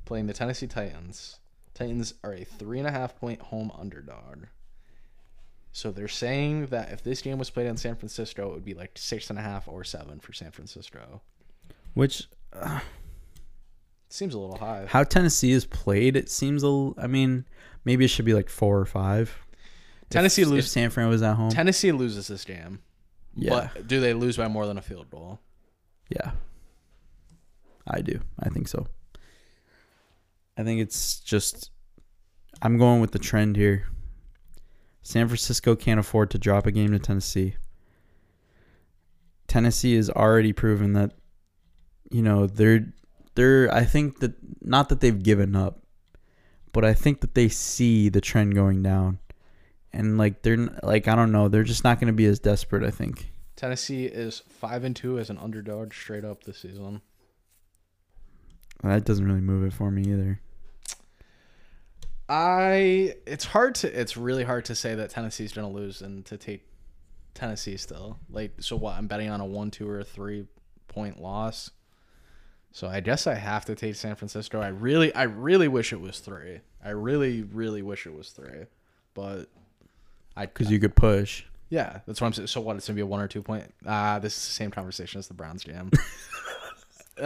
Speaker 3: playing the Tennessee Titans. Titans are a three and a half point home underdog. So they're saying that if this game was played in San Francisco, it would be like six and a half or seven for San Francisco.
Speaker 2: which
Speaker 3: Seems a little high.
Speaker 2: how Tennessee is played. It seems a. l- I mean, maybe it should be like four or five.
Speaker 3: Tennessee
Speaker 2: if,
Speaker 3: lose-
Speaker 2: If San Fran was at home,
Speaker 3: Tennessee loses this game.
Speaker 2: yeah,
Speaker 3: But do they lose by more than a field goal?
Speaker 2: yeah. I do. I think so. I think it's just. I'm going with the trend here. San Francisco can't afford to drop a game to Tennessee. Tennessee has already proven that, you know, they're they're. I think that not that they've given up, but I think that they see the trend going down, and like they're n- like I don't know, they're just not going to be as desperate. I think.
Speaker 3: Tennessee is five and two as an underdog straight up this season.
Speaker 2: That doesn't really move it for me either.
Speaker 3: I it's hard to it's really hard to say that Tennessee's gonna lose and to take Tennessee still. Like so what, I'm betting on a one, two, or a three point loss. So I guess I have to take San Francisco. I really I really wish it was three. I really, really wish it was three. But I
Speaker 2: because you could push.
Speaker 3: Yeah, that's what I'm saying. So what? It's gonna be a one or two point. Ah, this is the same conversation as the Browns game. oh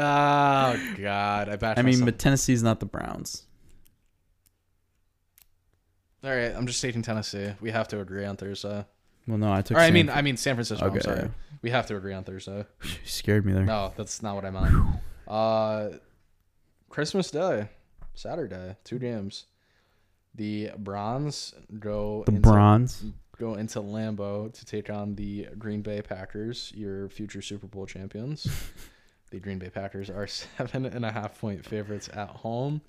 Speaker 3: God, I bet.
Speaker 2: I mean, but Tennessee's not the Browns.
Speaker 3: all right, I'm just taking Tennessee. We have to agree on Thursday.
Speaker 2: Well, no, I took.
Speaker 3: Or I
Speaker 2: San-
Speaker 3: mean, I mean San Francisco.
Speaker 2: Okay,
Speaker 3: I'm sorry.
Speaker 2: yeah.
Speaker 3: We have to agree on Thursday.
Speaker 2: you scared me there.
Speaker 3: No, that's not what I meant. Uh, Christmas Day, Saturday, two games. The Browns go
Speaker 2: the
Speaker 3: into-
Speaker 2: bronze.
Speaker 3: go into Lambeau to take on the Green Bay Packers, your future Super Bowl champions. the Green Bay Packers are seven and a half point favorites at home.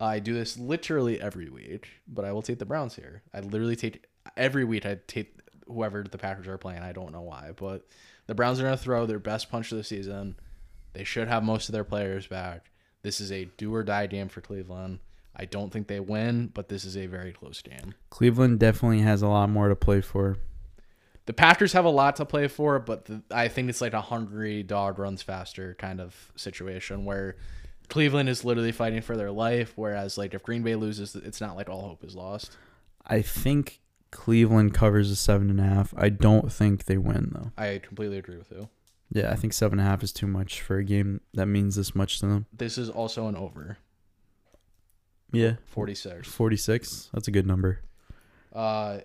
Speaker 3: I do this literally every week, but I will take the Browns here. I literally take every week. I take whoever the Packers are playing. I don't know why, but the Browns are going to throw their best punch of the season. They should have most of their players back. This is a do or die game for Cleveland. I don't think they win, but this is a very close game.
Speaker 2: Cleveland definitely has a lot more to play for.
Speaker 3: the Packers have a lot to play for, but the, I think it's like a hungry dog runs faster kind of situation where Cleveland is literally fighting for their life, whereas like if Green Bay loses, it's not like all hope is lost.
Speaker 2: I think Cleveland covers a seven and a half. I don't think they win though.
Speaker 3: I completely agree with you.
Speaker 2: Yeah, I think seven and a half is too much for a game that means this much to them.
Speaker 3: This is also an over
Speaker 2: Yeah,
Speaker 3: 46.
Speaker 2: forty six. That's a good number.
Speaker 3: Uh,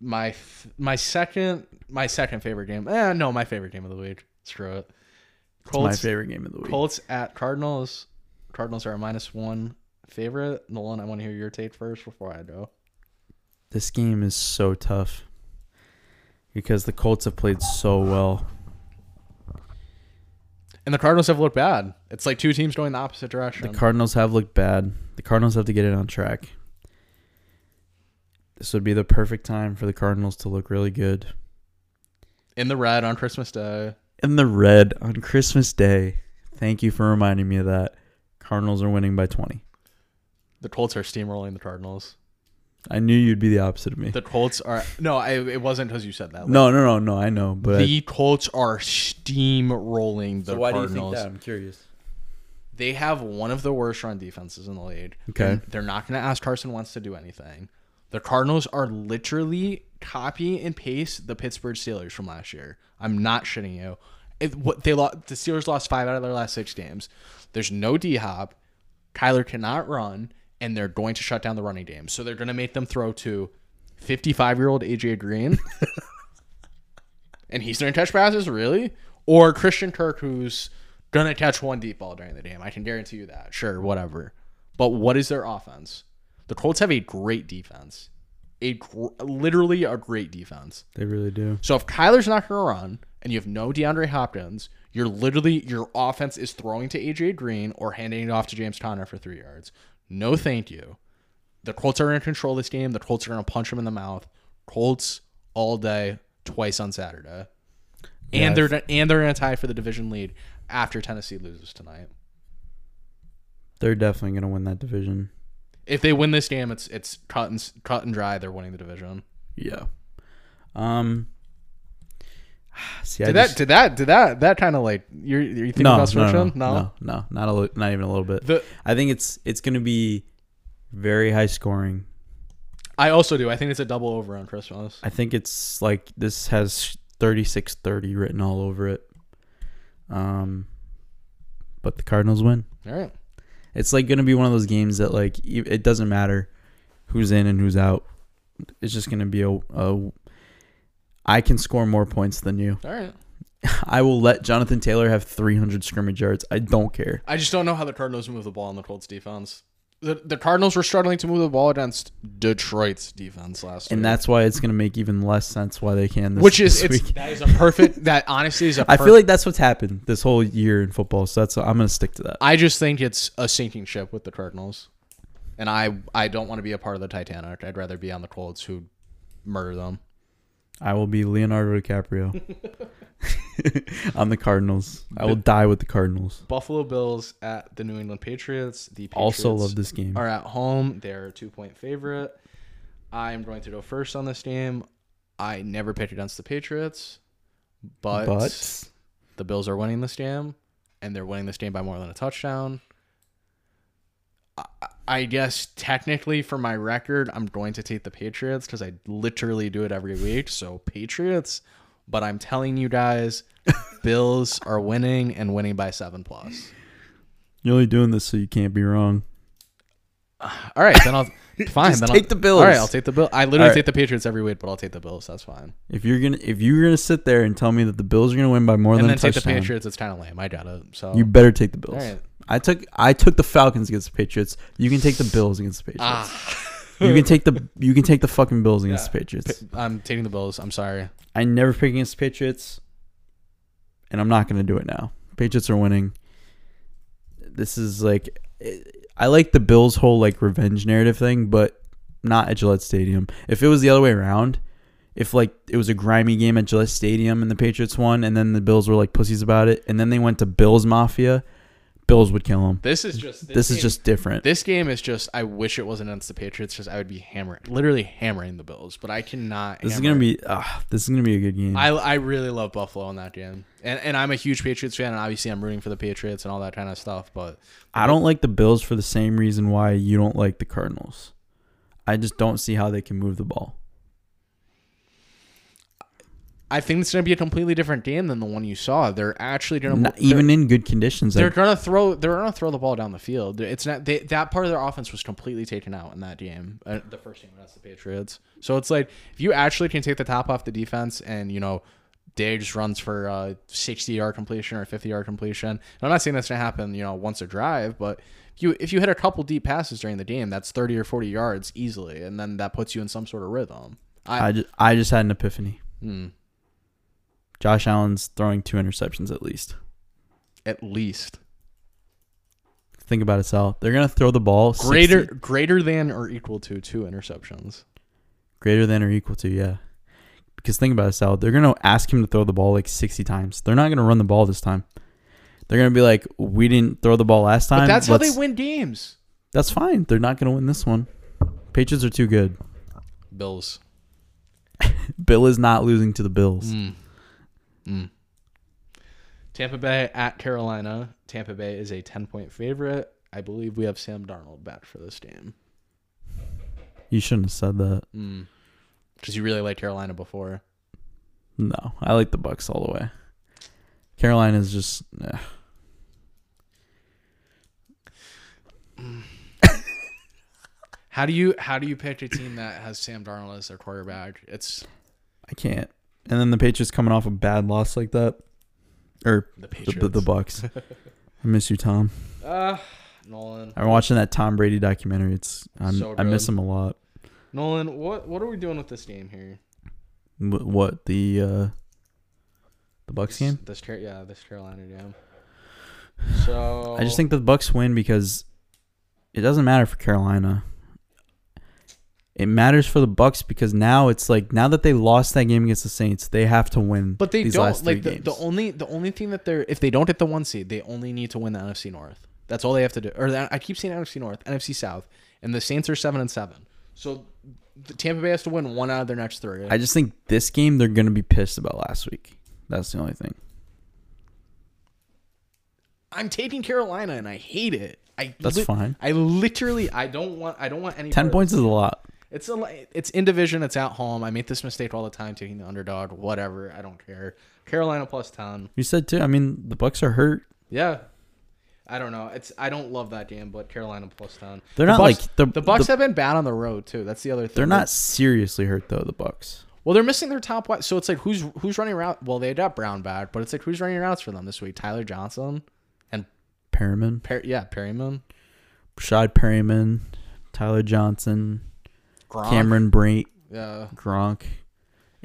Speaker 3: my f- my second my second favorite game. Eh, no, my favorite game of the week. Screw it.
Speaker 2: It's my
Speaker 3: Colts
Speaker 2: favorite game of the week.
Speaker 3: Colts at Cardinals. Cardinals are a minus one favorite. Nolan, I want to hear your take first before I go.
Speaker 2: This game is so tough because the Colts have played so well.
Speaker 3: And the Cardinals have looked bad. It's like two teams going the opposite direction.
Speaker 2: The Cardinals have looked bad. The Cardinals have to get it on track. This would be the perfect time for the Cardinals to look really good.
Speaker 3: in the red on Christmas Day.
Speaker 2: In the red on Christmas Day. Thank you for reminding me of that. Cardinals are winning by 20.
Speaker 3: The Colts are steamrolling the Cardinals.
Speaker 2: I knew you'd be the opposite of me.
Speaker 3: The Colts are no, I, it wasn't because you said that.
Speaker 2: No, no, no, no. I know, but
Speaker 3: the Colts are steamrolling the Cardinals.
Speaker 2: I'm curious.
Speaker 3: They have one of the worst run defenses in the league.
Speaker 2: Okay.
Speaker 3: They're- they're not going to ask Carson Wentz to do anything. The Cardinals are literally copy and paste the Pittsburgh Steelers from last year. I'm not shitting you. It, what they lost, the Steelers lost five out of their last six games. There's no D Hop. Kyler cannot run, and they're going to shut down the running game. So they're going to make them throw to 55 year old AJ Green, and he's going to catch passes really, or Christian Kirk, who's going to catch one deep ball during the game. I can guarantee you that. Sure, whatever. But what is their offense? The Colts have a great defense, a gr- literally a great defense.
Speaker 2: They really do.
Speaker 3: So if Kyler's not going to run and you have no DeAndre Hopkins, you're literally your offense is throwing to AJ Green or handing it off to James Conner for three yards. No, thank you. The Colts are going to control this game. The Colts are going to punch him in the mouth. Colts all day, twice on Saturday, and they're and they're going to tie for the division lead after Tennessee loses tonight.
Speaker 2: They're definitely going to win that division.
Speaker 3: If they win this game, it's it's cut and s- cut and dry. They're winning the division.
Speaker 2: Yeah. Um. See, I
Speaker 3: Did
Speaker 2: just,
Speaker 3: that? Did that? Did that? That kind of like you're you thinking
Speaker 2: no,
Speaker 3: about
Speaker 2: no,
Speaker 3: switching?
Speaker 2: no, no, no, no, not a li- not even a little bit.
Speaker 3: The
Speaker 2: I think it's it's going to be very high scoring.
Speaker 3: I also do. I think it's a double over on Christmas.
Speaker 2: I think it's like this has 36-30 written all over it. Um, but the Cardinals win.
Speaker 3: All right.
Speaker 2: It's like going to be one of those games that like e- it doesn't matter who's in and who's out. It's just going to be a, a I can score more points than you.
Speaker 3: All right.
Speaker 2: I will let Jonathan Taylor have 300 scrimmage yards. I don't care.
Speaker 3: I just don't know how the Cardinals move the ball on the Colts defense. The, the Cardinals were struggling to move the ball against Detroit's defense last
Speaker 2: And
Speaker 3: week.
Speaker 2: that's why it's going to make even less sense why they can this,
Speaker 3: which is
Speaker 2: this
Speaker 3: it's,
Speaker 2: week.
Speaker 3: that is a perfect that honestly is a
Speaker 2: I
Speaker 3: perfect,
Speaker 2: feel like that's what's happened this whole year in football. So that's I'm going to stick to that.
Speaker 3: I just think it's a sinking ship with the Cardinals. And I I don't want to be a part of the Titanic. I'd rather be on the Colts who murder them.
Speaker 2: I will be Leonardo DiCaprio. I'm the Cardinals. I will die with the Cardinals.
Speaker 3: Buffalo Bills at the New England Patriots. The Patriots
Speaker 2: Also love this game.
Speaker 3: are at home. They're a two point favorite. I am going to go first on this game. I never picked against the Patriots, but,
Speaker 2: But
Speaker 3: the Bills are winning this game, and they're winning this game by more than a touchdown. I- I guess technically, for my record, I'm going to take the Patriots because I literally do it every week. So Patriots, but I'm telling you guys, Bills are winning and winning by seven plus.
Speaker 2: you're only doing this so you can't be wrong.
Speaker 3: All right, then I'll fine.
Speaker 2: Just
Speaker 3: then
Speaker 2: take
Speaker 3: I'll,
Speaker 2: the Bills.
Speaker 3: All right, I'll take the bill. I literally
Speaker 2: All right.
Speaker 3: take the Patriots every week, but I'll take the Bills. That's fine.
Speaker 2: If you're gonna if you're gonna sit there and tell me that the Bills are gonna win by more
Speaker 3: And
Speaker 2: than
Speaker 3: then
Speaker 2: a
Speaker 3: take the
Speaker 2: touchdown,
Speaker 3: Patriots. It's kind of lame. I got it. So
Speaker 2: you better take the Bills.
Speaker 3: All right.
Speaker 2: I took I took the Falcons against the Patriots. You can take the Bills against the Patriots.
Speaker 3: Ah.
Speaker 2: you can take the you can take the fucking Bills against the Patriots.
Speaker 3: I'm taking the Bills. I'm sorry.
Speaker 2: I never pick against the Patriots, and I'm not going to do it now. Patriots are winning. This is like, I like the Bills' whole like revenge narrative thing, but not at Gillette Stadium. If it was the other way around, if like it was a grimy game at Gillette Stadium and the Patriots won, and then the Bills were like pussies about it, and then they went to Bills Mafia, Bills would kill them.
Speaker 3: This is just
Speaker 2: This is
Speaker 3: game-
Speaker 2: just different.
Speaker 3: this game is just. I wish it wasn't against the Patriots because I would be hammering, literally hammering the Bills. But I cannot.
Speaker 2: This is
Speaker 3: hammer.
Speaker 2: gonna be ah, this is gonna be a good game.
Speaker 3: I, I really love Buffalo in that game, and and I'm a huge Patriots fan, and obviously I'm rooting for the Patriots and all that kind of stuff. But
Speaker 2: I don't like the Bills for the same reason why you don't like the Cardinals. I just don't see how they can move the ball.
Speaker 3: I think it's going to be a completely different game than the one you saw. They're actually going to
Speaker 2: Not, even in good conditions,
Speaker 3: They're
Speaker 2: like,
Speaker 3: gonna throw. They're gonna throw the ball down the field. It's not they, that part of their offense was completely taken out in that game. Uh, the first game against the Patriots. So it's like if you actually can take the top off the defense, and you know, Diggs runs for uh, sixty yard completion or fifty yard completion. And I'm not saying that's gonna happen. You know, once a drive, but if you if you hit a couple deep passes during the game, that's thirty or forty yards easily, and then that puts you in some sort of rhythm. I,
Speaker 2: I just, I just had an epiphany.
Speaker 3: Hmm.
Speaker 2: Josh Allen's throwing two interceptions at least.
Speaker 3: at least
Speaker 2: Think about it, Sal. They're gonna throw the ball 60
Speaker 3: greater greater than or equal to two interceptions.
Speaker 2: greater than or equal to, yeah. Because think about it, Sal. They're gonna ask him to throw the ball like sixty times. They're not gonna run the ball this time. They're gonna be like, we didn't throw the ball last time.
Speaker 3: But that's how they
Speaker 2: let's-"
Speaker 3: win games.
Speaker 2: That's fine. They're not gonna win this one. Patriots are too good.
Speaker 3: Bills.
Speaker 2: Bill is not losing to the Bills. Mm.
Speaker 3: Tampa Bay at Carolina. Tampa Bay is a 10 point favorite. I believe we have Sam Darnold back for this game
Speaker 2: You shouldn't have said that.
Speaker 3: because you really liked Carolina before.
Speaker 2: No, I like the Bucks all the way. Carolina's just eh.
Speaker 3: How do you how do you pick a team that has Sam Darnold as their quarterback? It's
Speaker 2: I can't. And then the Patriots coming off a bad loss like that, or
Speaker 3: the
Speaker 2: the,
Speaker 3: Patriots.
Speaker 2: the, the Bucks. I miss you, Tom.
Speaker 3: Ah, Nolan.
Speaker 2: I'm watching that Tom Brady documentary. It's I'm,
Speaker 3: So
Speaker 2: I miss
Speaker 3: good.
Speaker 2: him a lot.
Speaker 3: Nolan, what what are we doing with this game here?
Speaker 2: Wh- What the uh, the Bucks
Speaker 3: This,
Speaker 2: game?
Speaker 3: this Car- yeah, this Carolina game. So
Speaker 2: I just think the Bucks win because it doesn't matter for Carolina. It matters for the Bucks because now it's like now that they lost that game against the Saints, they have to win.
Speaker 3: But they
Speaker 2: these
Speaker 3: don't
Speaker 2: last three
Speaker 3: like the,
Speaker 2: games.
Speaker 3: the only the only thing that they're if they don't get the one seed, they only need to win the NFC North. That's all they have to do. Or I keep saying NFC North, NFC South, and the Saints are seven and seven. So the Tampa Bay has to win one out of their next three.
Speaker 2: I just think this game they're gonna be pissed about last week. That's the only thing.
Speaker 3: I'm taking Carolina, and I hate it. I
Speaker 2: That's fine.
Speaker 3: I literally I don't want I don't want any
Speaker 2: Ten
Speaker 3: part of
Speaker 2: points is a lot.
Speaker 3: It's a li- it's in division. It's at home. I make this mistake all the time, taking the underdog. Whatever. I don't care. Carolina plus ten.
Speaker 2: You said too. I mean, the Bucks are hurt.
Speaker 3: Yeah. I don't know. It's I don't love that game, but Carolina plus ten.
Speaker 2: They're
Speaker 3: The
Speaker 2: not
Speaker 3: Bucks-
Speaker 2: like- the-
Speaker 3: the Bucks
Speaker 2: the-
Speaker 3: have been bad on the road too. That's the other thing.
Speaker 2: They're not seriously hurt though. The Bucks.
Speaker 3: Well, they're missing their top wide. So it's like who's who's running route? Well, they got Brown back, but it's like who's running routes for them this week? Tyler Johnson and
Speaker 2: Perriman,
Speaker 3: per- yeah Perryman,
Speaker 2: Rashad Perryman, Tyler Johnson,
Speaker 3: Gronk.
Speaker 2: Cameron Brink,
Speaker 3: Yeah,
Speaker 2: Gronk,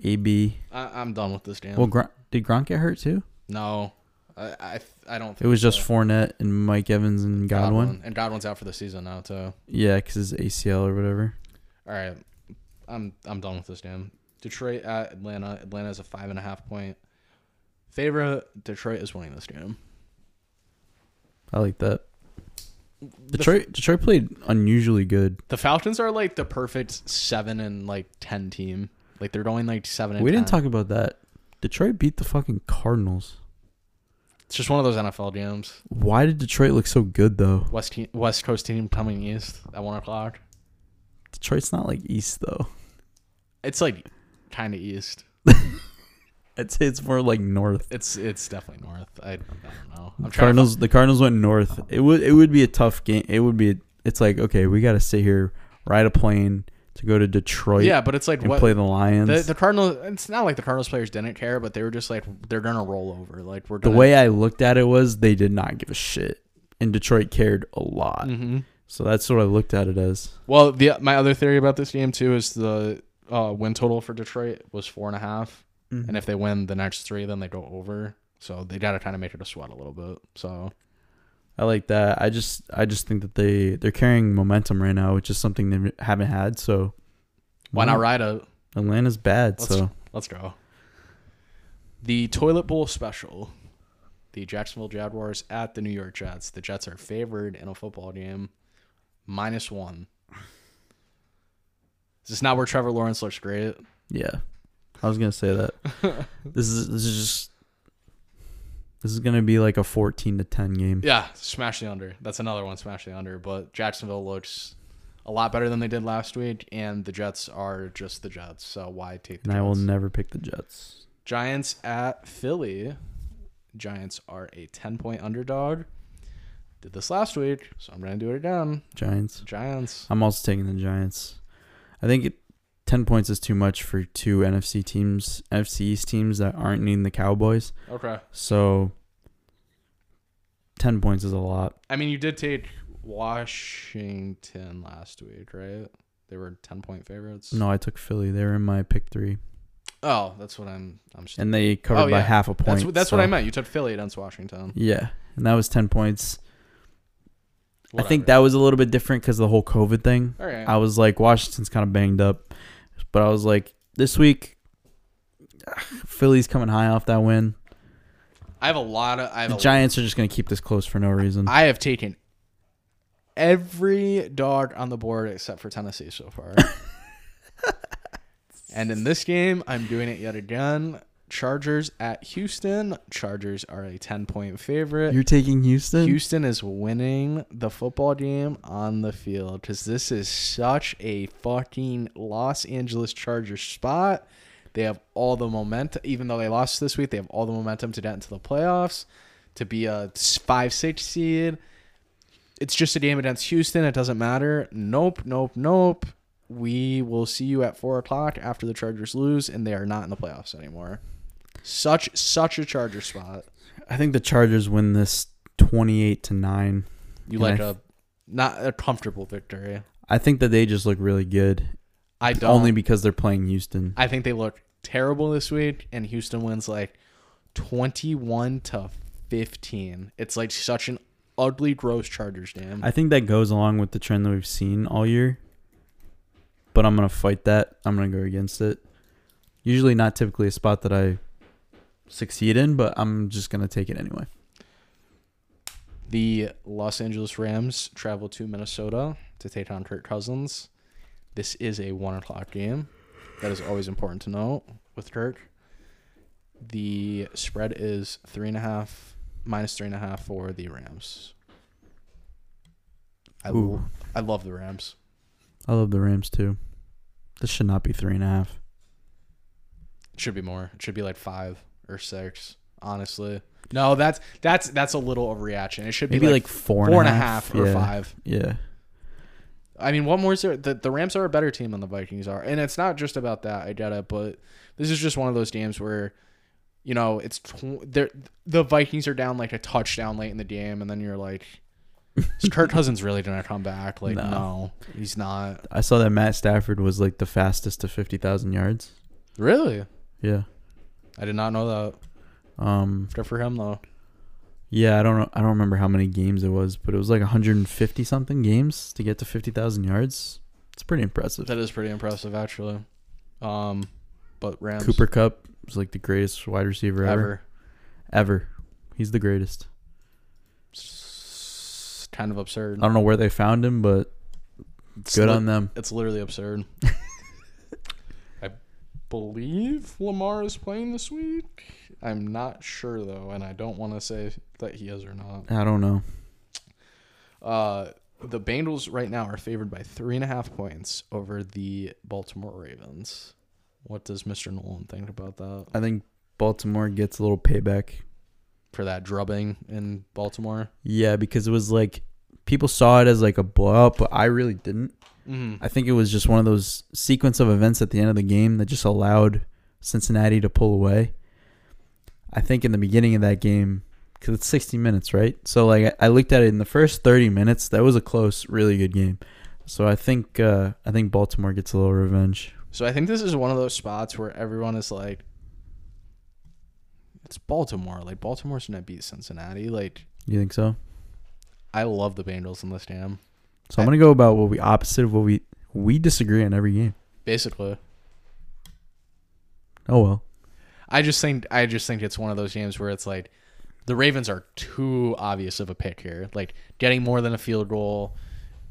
Speaker 2: AB.
Speaker 3: I, I'm done with this game.
Speaker 2: Well, Gron- did Gronk get hurt too?
Speaker 3: no, I, I I don't.
Speaker 2: It
Speaker 3: Think
Speaker 2: was just
Speaker 3: so.
Speaker 2: Fournette and Mike Evans and Godwin.
Speaker 3: and Godwin's out for the season now too.
Speaker 2: Yeah, because his ACL or whatever.
Speaker 3: All right, I'm I'm done with this game. Detroit at Atlanta. Atlanta is a five and a half point favorite. Detroit is winning this game.
Speaker 2: I like that. Detroit Detroit played unusually good.
Speaker 3: The Falcons are like the perfect seven and like ten team. Like they're going like seven. And
Speaker 2: We
Speaker 3: 10.
Speaker 2: didn't talk about that. Detroit beat the fucking Cardinals.
Speaker 3: It's just one of those NFL games.
Speaker 2: Why did Detroit look so good though?
Speaker 3: West team, West Coast team coming east at one o'clock.
Speaker 2: Detroit's not like East though.
Speaker 3: It's like kind of east.
Speaker 2: I'd say it's more like North.
Speaker 3: It's it's definitely north. I, I don't know. I'm trying.
Speaker 2: Cardinals. The Cardinals went north. It would it would be a tough game. It would be. It's like okay, we got to sit here, ride a plane to go to Detroit.
Speaker 3: To, yeah, but it's like
Speaker 2: and
Speaker 3: what
Speaker 2: play the Lions.
Speaker 3: the,
Speaker 2: The,
Speaker 3: the Cardinals. It's not like the Cardinals players didn't care, but they were just like they're gonna roll over. Like we're gonna,
Speaker 2: way I looked at it was they did not give a shit, and Detroit cared a lot.
Speaker 3: hmm
Speaker 2: So that's what I looked at it as.
Speaker 3: Well, the my other theory about this game too is the uh, win total for Detroit was four and a half, and if they win the next three, then they go over. So they gotta kind of make it a sweat a little bit. So
Speaker 2: I like that. I just I just think that they they're carrying momentum right now, which is something they haven't had. So
Speaker 3: why
Speaker 2: Mm-hmm.
Speaker 3: not ride a
Speaker 2: Atlanta's bad.
Speaker 3: Let's,
Speaker 2: so
Speaker 3: let's go. The toilet bowl special. The Jacksonville Jaguars at the New York Jets. The Jets are favored in a football game, minus one. Is this not where Trevor Lawrence looks great?
Speaker 2: yeah, I was gonna say that. this is this is just this is gonna be like a fourteen to ten game.
Speaker 3: Yeah, smash the under. That's another one, smash the under. But Jacksonville looks a lot better than they did last week, and the Jets are just the Jets. So why take the
Speaker 2: And I will
Speaker 3: Jets?
Speaker 2: never pick the Jets.
Speaker 3: Giants at Philly. Giants are a 10 point underdog. Did this last week, so I'm going to do it again.
Speaker 2: Giants.
Speaker 3: Giants.
Speaker 2: I'm also taking the Giants. I think it, ten points is too much for two NFC teams, NFC East teams that aren't needing the Cowboys.
Speaker 3: Okay.
Speaker 2: So ten points is a lot.
Speaker 3: I mean, you did take Washington last week, right? They were 10 point favorites.
Speaker 2: No, I took Philly. They were in my pick three,
Speaker 3: Oh, that's what I'm. I'm just,
Speaker 2: and they covered
Speaker 3: Oh,
Speaker 2: by
Speaker 3: yeah.
Speaker 2: half a point.
Speaker 3: that's what, that's what
Speaker 2: so-
Speaker 3: I meant. You took Philly against Washington.
Speaker 2: Yeah, and that was ten points. I think
Speaker 3: Whatever.
Speaker 2: that was a little bit different because the whole COVID thing.
Speaker 3: All right.
Speaker 2: I was like, Washington's kind of banged up, but I was like, this week, Philly's coming high off that win.
Speaker 3: I have a lot of. I have
Speaker 2: The
Speaker 3: a
Speaker 2: Giants are just gonna keep this close for no reason.
Speaker 3: I have taken every dog on the board except for Tennessee so far. and in this game, I'm doing it yet again. Chargers at Houston. Chargers are a 10 point favorite.
Speaker 2: You're taking Houston.
Speaker 3: Houston is winning the football game on the field because this is such a fucking Los Angeles Chargers spot. They have all the momentum, even though they lost this week, they have all the momentum to get into the playoffs, to be a 5 6 seed. It's just a game against Houston. It doesn't matter. Nope, nope, nope. We will see you at 4 o'clock after the Chargers lose, and they are not in the playoffs anymore. Such such a Charger spot.
Speaker 2: I think the Chargers win this twenty-eight to nine.
Speaker 3: You
Speaker 2: And
Speaker 3: like
Speaker 2: I-
Speaker 3: a not a comfortable victory.
Speaker 2: I think that they just look really good,
Speaker 3: I don't.
Speaker 2: only because they're playing Houston.
Speaker 3: I think they look terrible this week, and Houston wins like twenty-one to fifteen. It's like such an ugly, gross Chargers game.
Speaker 2: I think that goes along with the trend that we've seen all year. But I'm gonna fight that. I'm gonna go against it. Usually not typically a spot that I succeed in, but I'm just gonna take it anyway.
Speaker 3: The Los Angeles Rams travel to Minnesota to take on Kirk Cousins. This is a one o'clock game. That is always important to know with Kirk. The spread is three and a half, minus three and a half for the Rams. I,
Speaker 2: Ooh.
Speaker 3: l- I love the Rams.
Speaker 2: I love the Rams too. This should not be three and a half.
Speaker 3: It should be more. It should be like five or six. Honestly, no. That's that's that's a little overreaction. It should be
Speaker 2: Maybe
Speaker 3: like,
Speaker 2: like, four
Speaker 3: four and a half or
Speaker 2: yeah.
Speaker 3: five.
Speaker 2: Yeah.
Speaker 3: I mean, what more is there? The, the Rams are a better team than the Vikings are. And it's not just about that. I get it. But this is just one of those games where, you know, it's tw- they're- the Vikings are down like a touchdown late in the game. And then you're like, is Kirk Cousins really going to come back? Like, no.
Speaker 2: No.
Speaker 3: he's not.
Speaker 2: I saw that Matt Stafford was like the fastest to fifty thousand yards.
Speaker 3: Really?
Speaker 2: Yeah.
Speaker 3: I did not know that.
Speaker 2: Um.
Speaker 3: Good for him, though.
Speaker 2: Yeah. I don't know. I don't remember how many games it was, but it was like 150 something games to get to 50,000 yards. It's pretty impressive.
Speaker 3: That is pretty impressive, actually. Um, But Rams.
Speaker 2: Cooper Cup was like the greatest wide receiver ever. Ever.
Speaker 3: ever.
Speaker 2: He's the greatest.
Speaker 3: S- Kind of absurd.
Speaker 2: I don't know where they found him, but
Speaker 3: It's
Speaker 2: good
Speaker 3: li-
Speaker 2: on them.
Speaker 3: It's literally absurd. I believe Lamar is playing this week. I'm not sure though, and I don't want to say that he is or not.
Speaker 2: I don't know.
Speaker 3: Uh, the Bengals right now are favored by three and a half points over the Baltimore Ravens. What does Mr. Nolan think about that?
Speaker 2: I think Baltimore gets a little payback.
Speaker 3: For that drubbing in Baltimore?
Speaker 2: Yeah, because it was like people saw it as like a blowout, but I really didn't.
Speaker 3: Mm.
Speaker 2: I think it was just one of those sequence of events at the end of the game that just allowed Cincinnati to pull away. I think in the beginning of that game, because it's 60 minutes, right? So like I I looked at it in the first 30 minutes, that was a close, really good game. So I think uh, I think Baltimore gets a little revenge.
Speaker 3: So I think this is one of those spots where everyone is like, it's Baltimore. Like, Baltimore's going to beat Cincinnati. Like,
Speaker 2: You think so?
Speaker 3: I love the Bengals in this game.
Speaker 2: So I'm gonna go about what we opposite of what we we disagree on every game.
Speaker 3: Basically,
Speaker 2: Oh well.
Speaker 3: I just think I just think it's one of those games where it's like the Ravens are too obvious of a pick here. Like getting more than a field goal,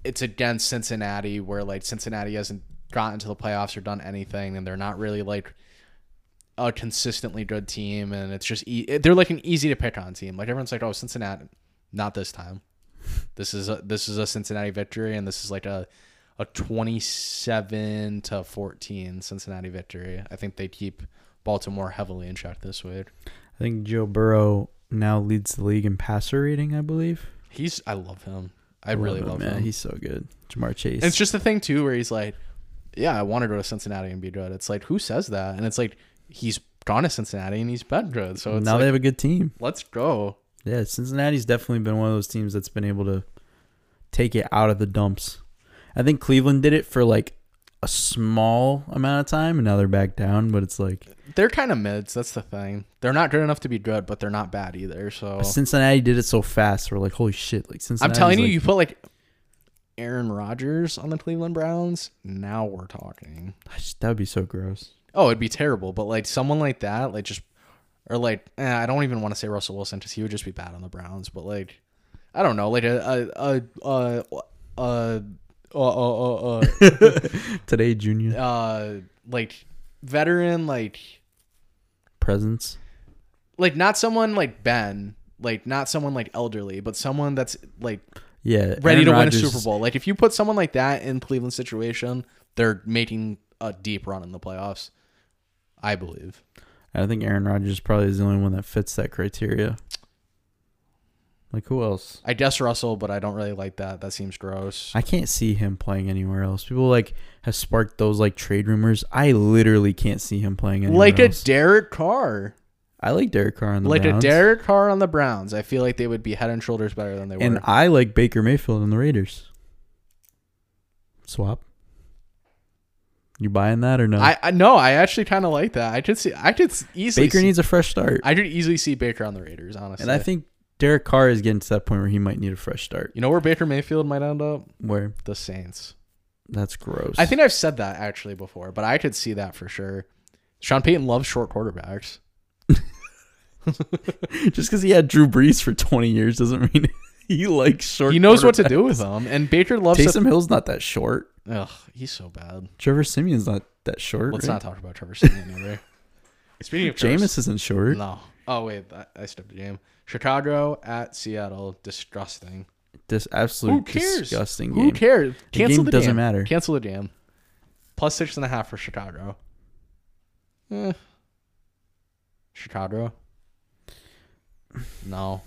Speaker 3: it's against Cincinnati, where like Cincinnati hasn't gotten to the playoffs or done anything, and they're not really like a consistently good team, and it's just e- they're like an easy to pick on team. Like everyone's like, oh, Cincinnati, not this time. This is a this is a Cincinnati victory, and this is like a a twenty seven to fourteen Cincinnati victory. I think they keep Baltimore heavily in check this week.
Speaker 2: I think Joe Burrow now leads the league in passer rating, I believe.
Speaker 3: He's I love him. I really love him.
Speaker 2: man. He's so good. Jamar Chase.
Speaker 3: And it's just the thing too where he's like, yeah, I want to go to Cincinnati and be good. It's like who says that? And it's like he's gone to Cincinnati and he's been good. So it's
Speaker 2: now they
Speaker 3: like,
Speaker 2: have a good team.
Speaker 3: let's go.
Speaker 2: Yeah, Cincinnati's definitely been one of those teams that's been able to take it out of the dumps. I think Cleveland did it for like a small amount of time, and now they're back down. But it's like
Speaker 3: They're kind of mids. That's the thing. They're not good enough to be good, but they're not bad either. So
Speaker 2: Cincinnati did it so fast. We're like, holy shit! Like Cincinnati.
Speaker 3: Oh. I'm telling you, you put like Aaron Rodgers on the Cleveland Browns. Now we're talking.
Speaker 2: that would be so gross.
Speaker 3: Oh, it'd be terrible. But like someone like that, like just or like eh, I don't even want to say Russell Wilson because he would just be bad on the Browns. But like I don't know, like a a a a a a, a, a, a,
Speaker 2: Today, Junior
Speaker 3: uh, like veteran, like
Speaker 2: presence.
Speaker 3: like not someone like Ben. Like not someone like elderly, but someone that's like
Speaker 2: Yeah,
Speaker 3: ready
Speaker 2: Aaron
Speaker 3: to
Speaker 2: Rodgers
Speaker 3: win a
Speaker 2: is-
Speaker 3: Super Bowl. Like if you put someone like that in Cleveland's situation, they're making a deep run in the playoffs. I believe.
Speaker 2: I think Aaron Rodgers probably is the only one that fits that criteria. Like who else?
Speaker 3: I guess Russell, but I don't really like that. That seems gross.
Speaker 2: I can't see him playing anywhere else. People like have sparked those like trade rumors. I literally can't see him playing anywhere
Speaker 3: like
Speaker 2: else.
Speaker 3: a Derek Carr.
Speaker 2: I like Derek Carr on the
Speaker 3: Like
Speaker 2: Browns,
Speaker 3: a Derek Carr on the Browns. I feel like they would be head and shoulders better than they were.
Speaker 2: and I like Baker Mayfield on the Raiders. Swap. You buying that or no?
Speaker 3: I, I no, I actually kind of like that. I could see, I could s- easily,
Speaker 2: Baker
Speaker 3: see,
Speaker 2: needs a fresh start,
Speaker 3: I could easily see Baker on the Raiders, honestly.
Speaker 2: and I think Derek Carr is getting to that point where he might need a fresh start.
Speaker 3: you know where Baker Mayfield might end up?
Speaker 2: Where
Speaker 3: The Saints.
Speaker 2: that's gross.
Speaker 3: I think I've said that actually before, but I could see that for sure. Sean Payton loves short quarterbacks.
Speaker 2: just because he had Drew Brees for twenty years doesn't mean he likes short.
Speaker 3: He knows what to do with them, and Baker loves. to-
Speaker 2: Taysom Hill's not that short.
Speaker 3: Ugh, he's so bad.
Speaker 2: Trevor Simeon's not that short.
Speaker 3: Let's
Speaker 2: right?
Speaker 3: not talk about Trevor Simeon either. Speaking of Trevor-
Speaker 2: Jameis isn't short.
Speaker 3: no. Oh wait, I, I stepped a game. Chicago at Seattle, disgusting.
Speaker 2: This absolute
Speaker 3: Who cares?
Speaker 2: disgusting
Speaker 3: Who
Speaker 2: game.
Speaker 3: cares? Cancel
Speaker 2: game
Speaker 3: the
Speaker 2: doesn't
Speaker 3: damn.
Speaker 2: matter.
Speaker 3: Cancel the damn. Plus six and a half for Chicago. Eh. Chicago. No.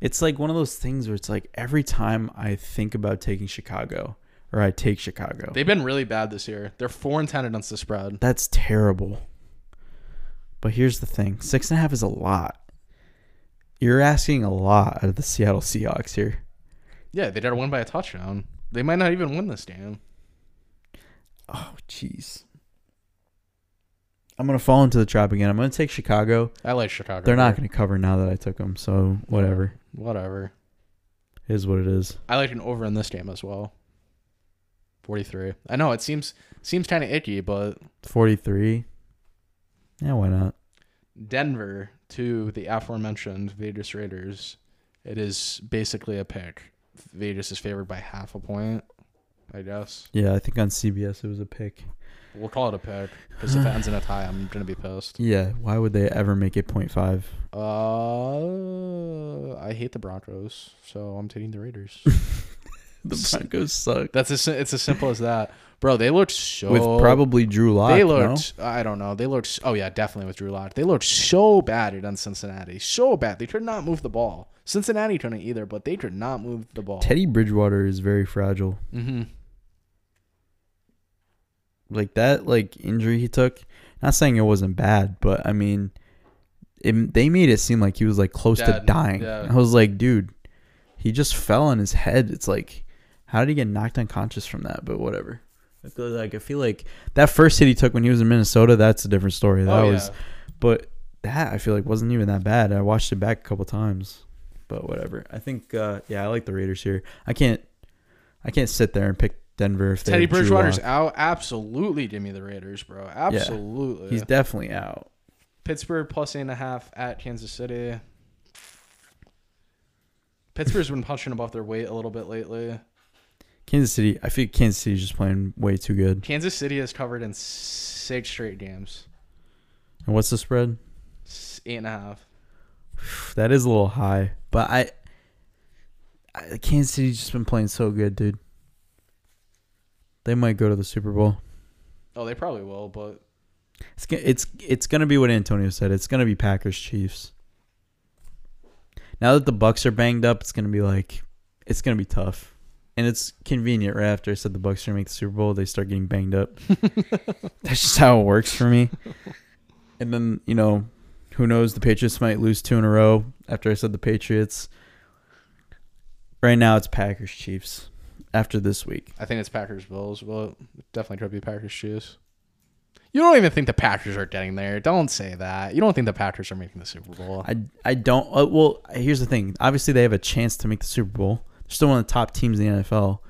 Speaker 2: It's like one of those things where it's like every time I think about taking Chicago or I take Chicago,
Speaker 3: They've been really bad this year. They're four and ten against the spread.
Speaker 2: that's terrible. But here's the thing six and a half is a lot. You're asking a lot out of the Seattle Seahawks here.
Speaker 3: Yeah, they gotta win by a touchdown. They might not even win this game.
Speaker 2: Oh, jeez. I'm going to fall into the trap again. I'm going to take Chicago.
Speaker 3: I like Chicago.
Speaker 2: They're not going to cover now that I took them. So, whatever.
Speaker 3: Whatever.
Speaker 2: It Is what it is.
Speaker 3: I like an over in this game as well. Forty three. I know it seems seems kinda icky, but
Speaker 2: 43. Yeah, why not?
Speaker 3: Denver to the aforementioned Vegas Raiders. It is basically a pick. Vegas is favored by half a point, I guess.
Speaker 2: Yeah, I think on CBS it was a pick.
Speaker 3: We'll call it a pick because if it ends in a tie, I'm gonna be pissed.
Speaker 2: Yeah, why would they ever make it 0.5?
Speaker 3: Uh, I hate the Broncos, so I'm taking the Raiders.
Speaker 2: The Broncos suck.
Speaker 3: That's as, it's as simple as that, bro. They looked so
Speaker 2: With probably Drew Lock.
Speaker 3: They looked. I don't know. They looked. Oh yeah, definitely with Drew Lock. They looked so bad against Cincinnati. So bad. They could not move the ball. Cincinnati couldn't either, but they could not move the ball.
Speaker 2: Teddy Bridgewater is very fragile.
Speaker 3: Mm-hmm.
Speaker 2: Like that, like injury he took. Not saying it wasn't bad, but I mean, it, they made it seem like he was like close to
Speaker 3: Dead.
Speaker 2: dying.
Speaker 3: Yeah.
Speaker 2: I was like, dude, he just fell on his head. It's like, how did he get knocked unconscious from that? But whatever. I feel like I feel like that first hit he took when he was in Minnesota. That's a different story. That
Speaker 3: Oh,
Speaker 2: was,
Speaker 3: yeah.
Speaker 2: but that I feel like wasn't even that bad. I watched it back a couple times, but whatever. I think uh, yeah, I like the Raiders here. I can't I can't sit there and pick Denver if they
Speaker 3: Teddy
Speaker 2: have Drew
Speaker 3: Bridgewater's
Speaker 2: Lock.
Speaker 3: out. Absolutely, give me the Raiders, bro. Absolutely.
Speaker 2: He's definitely out.
Speaker 3: Pittsburgh plus eight and a half at Kansas City. Pittsburgh's been punching above their weight a little bit lately.
Speaker 2: Kansas City. I feel Kansas City's just playing way too good.
Speaker 3: Kansas City has covered in six straight games.
Speaker 2: And what's the spread?
Speaker 3: S- Eight and a half.
Speaker 2: That is a little high, but I, I Kansas City's just been playing so good, dude. They might go to the Super Bowl.
Speaker 3: Oh, they probably will, but
Speaker 2: It's go- it's it's gonna be what Antonio said. It's gonna be Packers Chiefs. Now that the Bucks are banged up, it's gonna be like it's gonna be tough, and it's convenient. Right after I said the Bucks are gonna make the Super Bowl, they start getting banged up. That's just how it works for me. And then you know, who knows? The Patriots might lose two in a row after I said the Patriots. Right now, it's Packers Chiefs. After this week,
Speaker 3: I think it's Packers Bills. Well, it definitely could be Packers Chiefs. You don't even think the Packers are getting there. Don't say that. You don't think the Packers are making the Super Bowl.
Speaker 2: I, I don't. Uh, well, here's the thing. Obviously, they have a chance to make the Super Bowl. They're still one of the top teams in the NFL.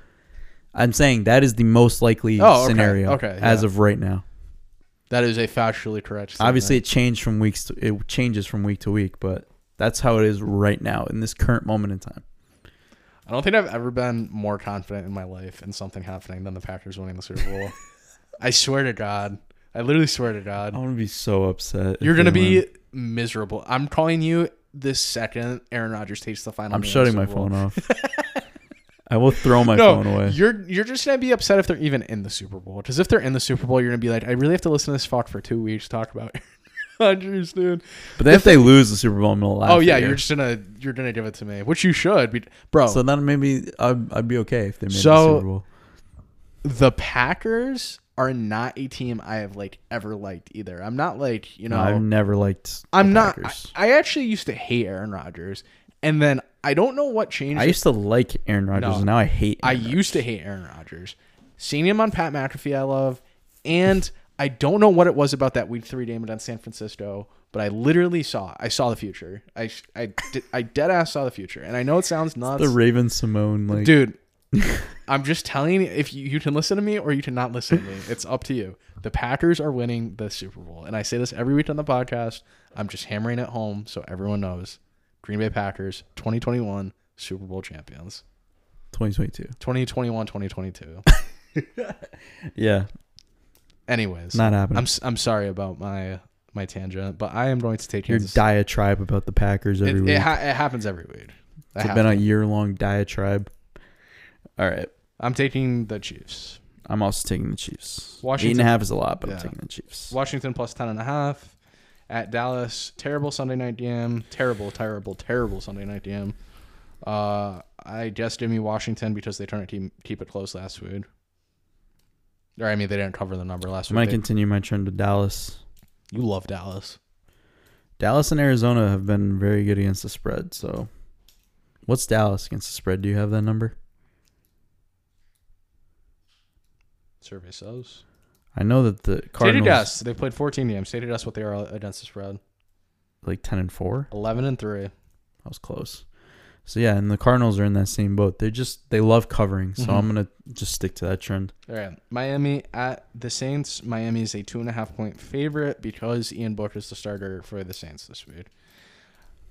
Speaker 2: I'm saying that is the most likely
Speaker 3: Oh, okay,
Speaker 2: scenario
Speaker 3: okay,
Speaker 2: as
Speaker 3: yeah.
Speaker 2: of right now.
Speaker 3: That is a factually correct. Statement.
Speaker 2: Obviously, it changed from weeks. To, it changes from week to week, but that's how it is right now in this current moment in time.
Speaker 3: I don't think I've ever been more confident in my life in something happening than the Packers winning the Super Bowl. I swear to God. I literally swear to God.
Speaker 2: I'm gonna be so upset. if
Speaker 3: You're
Speaker 2: they
Speaker 3: going to be
Speaker 2: win.
Speaker 3: miserable. I'm calling you this second Aaron Rodgers takes the final.
Speaker 2: I'm
Speaker 3: game of the
Speaker 2: shutting my
Speaker 3: Super Bowl.
Speaker 2: phone off. I will throw my
Speaker 3: No,
Speaker 2: phone away.
Speaker 3: you're you're just gonna be upset if they're even in the Super Bowl. Because if they're in the Super Bowl, you're gonna be like, I really have to listen to this fuck for two weeks to talk about Aaron Rodgers, dude.
Speaker 2: But then if they lose the Super Bowl, I'm gonna laugh.
Speaker 3: oh
Speaker 2: at
Speaker 3: yeah,
Speaker 2: you.
Speaker 3: you're just gonna you're gonna give it to me, which you should, be, bro.
Speaker 2: so then maybe I'd, I'd be okay if they made the
Speaker 3: So-
Speaker 2: Super Bowl.
Speaker 3: the Packers are not a team I have like ever liked either. I'm not like you know
Speaker 2: I've never liked. the
Speaker 3: I'm not. I,
Speaker 2: Packers.
Speaker 3: I actually used to hate Aaron Rodgers, and then I don't know what changed.
Speaker 2: I used to like Aaron Rodgers,
Speaker 3: No.
Speaker 2: and now I hate.
Speaker 3: I
Speaker 2: Aaron Rodgers.
Speaker 3: used to hate Aaron Rodgers. Seeing him on Pat McAfee, I love. And I don't know what it was about that week three game against San Francisco, but I literally saw. I saw the future. I I did, I dead ass saw the future. And I know it sounds nuts,
Speaker 2: the Raven Simone like
Speaker 3: dude. I'm just telling you, if you, you can listen to me or you cannot listen to me, it's up to you. The Packers are winning the Super Bowl. And I say this every week on the podcast. I'm just hammering it home so everyone knows. Green Bay Packers 2021 Super Bowl champions.
Speaker 2: 2022.
Speaker 3: 2021, 2022.
Speaker 2: Yeah,
Speaker 3: Anyways,
Speaker 2: not happening.
Speaker 3: I'm s- I'm sorry about my my tangent, but I am going to take
Speaker 2: Your
Speaker 3: Kansas-
Speaker 2: diatribe about the Packers every
Speaker 3: it,
Speaker 2: week.
Speaker 3: it, ha- it happens every week. I
Speaker 2: it's
Speaker 3: have
Speaker 2: been
Speaker 3: to.
Speaker 2: a year long diatribe. All right.
Speaker 3: I'm taking the Chiefs.
Speaker 2: I'm also taking the Chiefs. Eight and
Speaker 3: Washington-
Speaker 2: a half is a lot, but I'm
Speaker 3: Yeah.
Speaker 2: taking the Chiefs.
Speaker 3: Washington plus 10 and a half at Dallas. Terrible Sunday night game. Terrible, terrible, terrible Sunday night game. Uh, I just give me Washington because they turned to keep, keep it close last week. Or I mean, they didn't cover the number last
Speaker 2: I'm going
Speaker 3: week.
Speaker 2: to
Speaker 3: They-
Speaker 2: continue my trend to Dallas.
Speaker 3: you love Dallas.
Speaker 2: Dallas and Arizona have been very good against the spread. So, what's Dallas against the spread? Do you have that number?
Speaker 3: Survey says.
Speaker 2: I know that the
Speaker 3: Stated
Speaker 2: Cardinals
Speaker 3: us. They played 14 games. Stated us what they are against the spread.
Speaker 2: like ten and four.
Speaker 3: 11 and three.
Speaker 2: That was close. So yeah, and the Cardinals are in that same boat. They just they love covering. So
Speaker 3: Mhm.
Speaker 2: I'm gonna just stick to that trend.
Speaker 3: All right. Miami at the Saints. Miami is a two and a half point favorite because Ian Book is the starter for the Saints this week.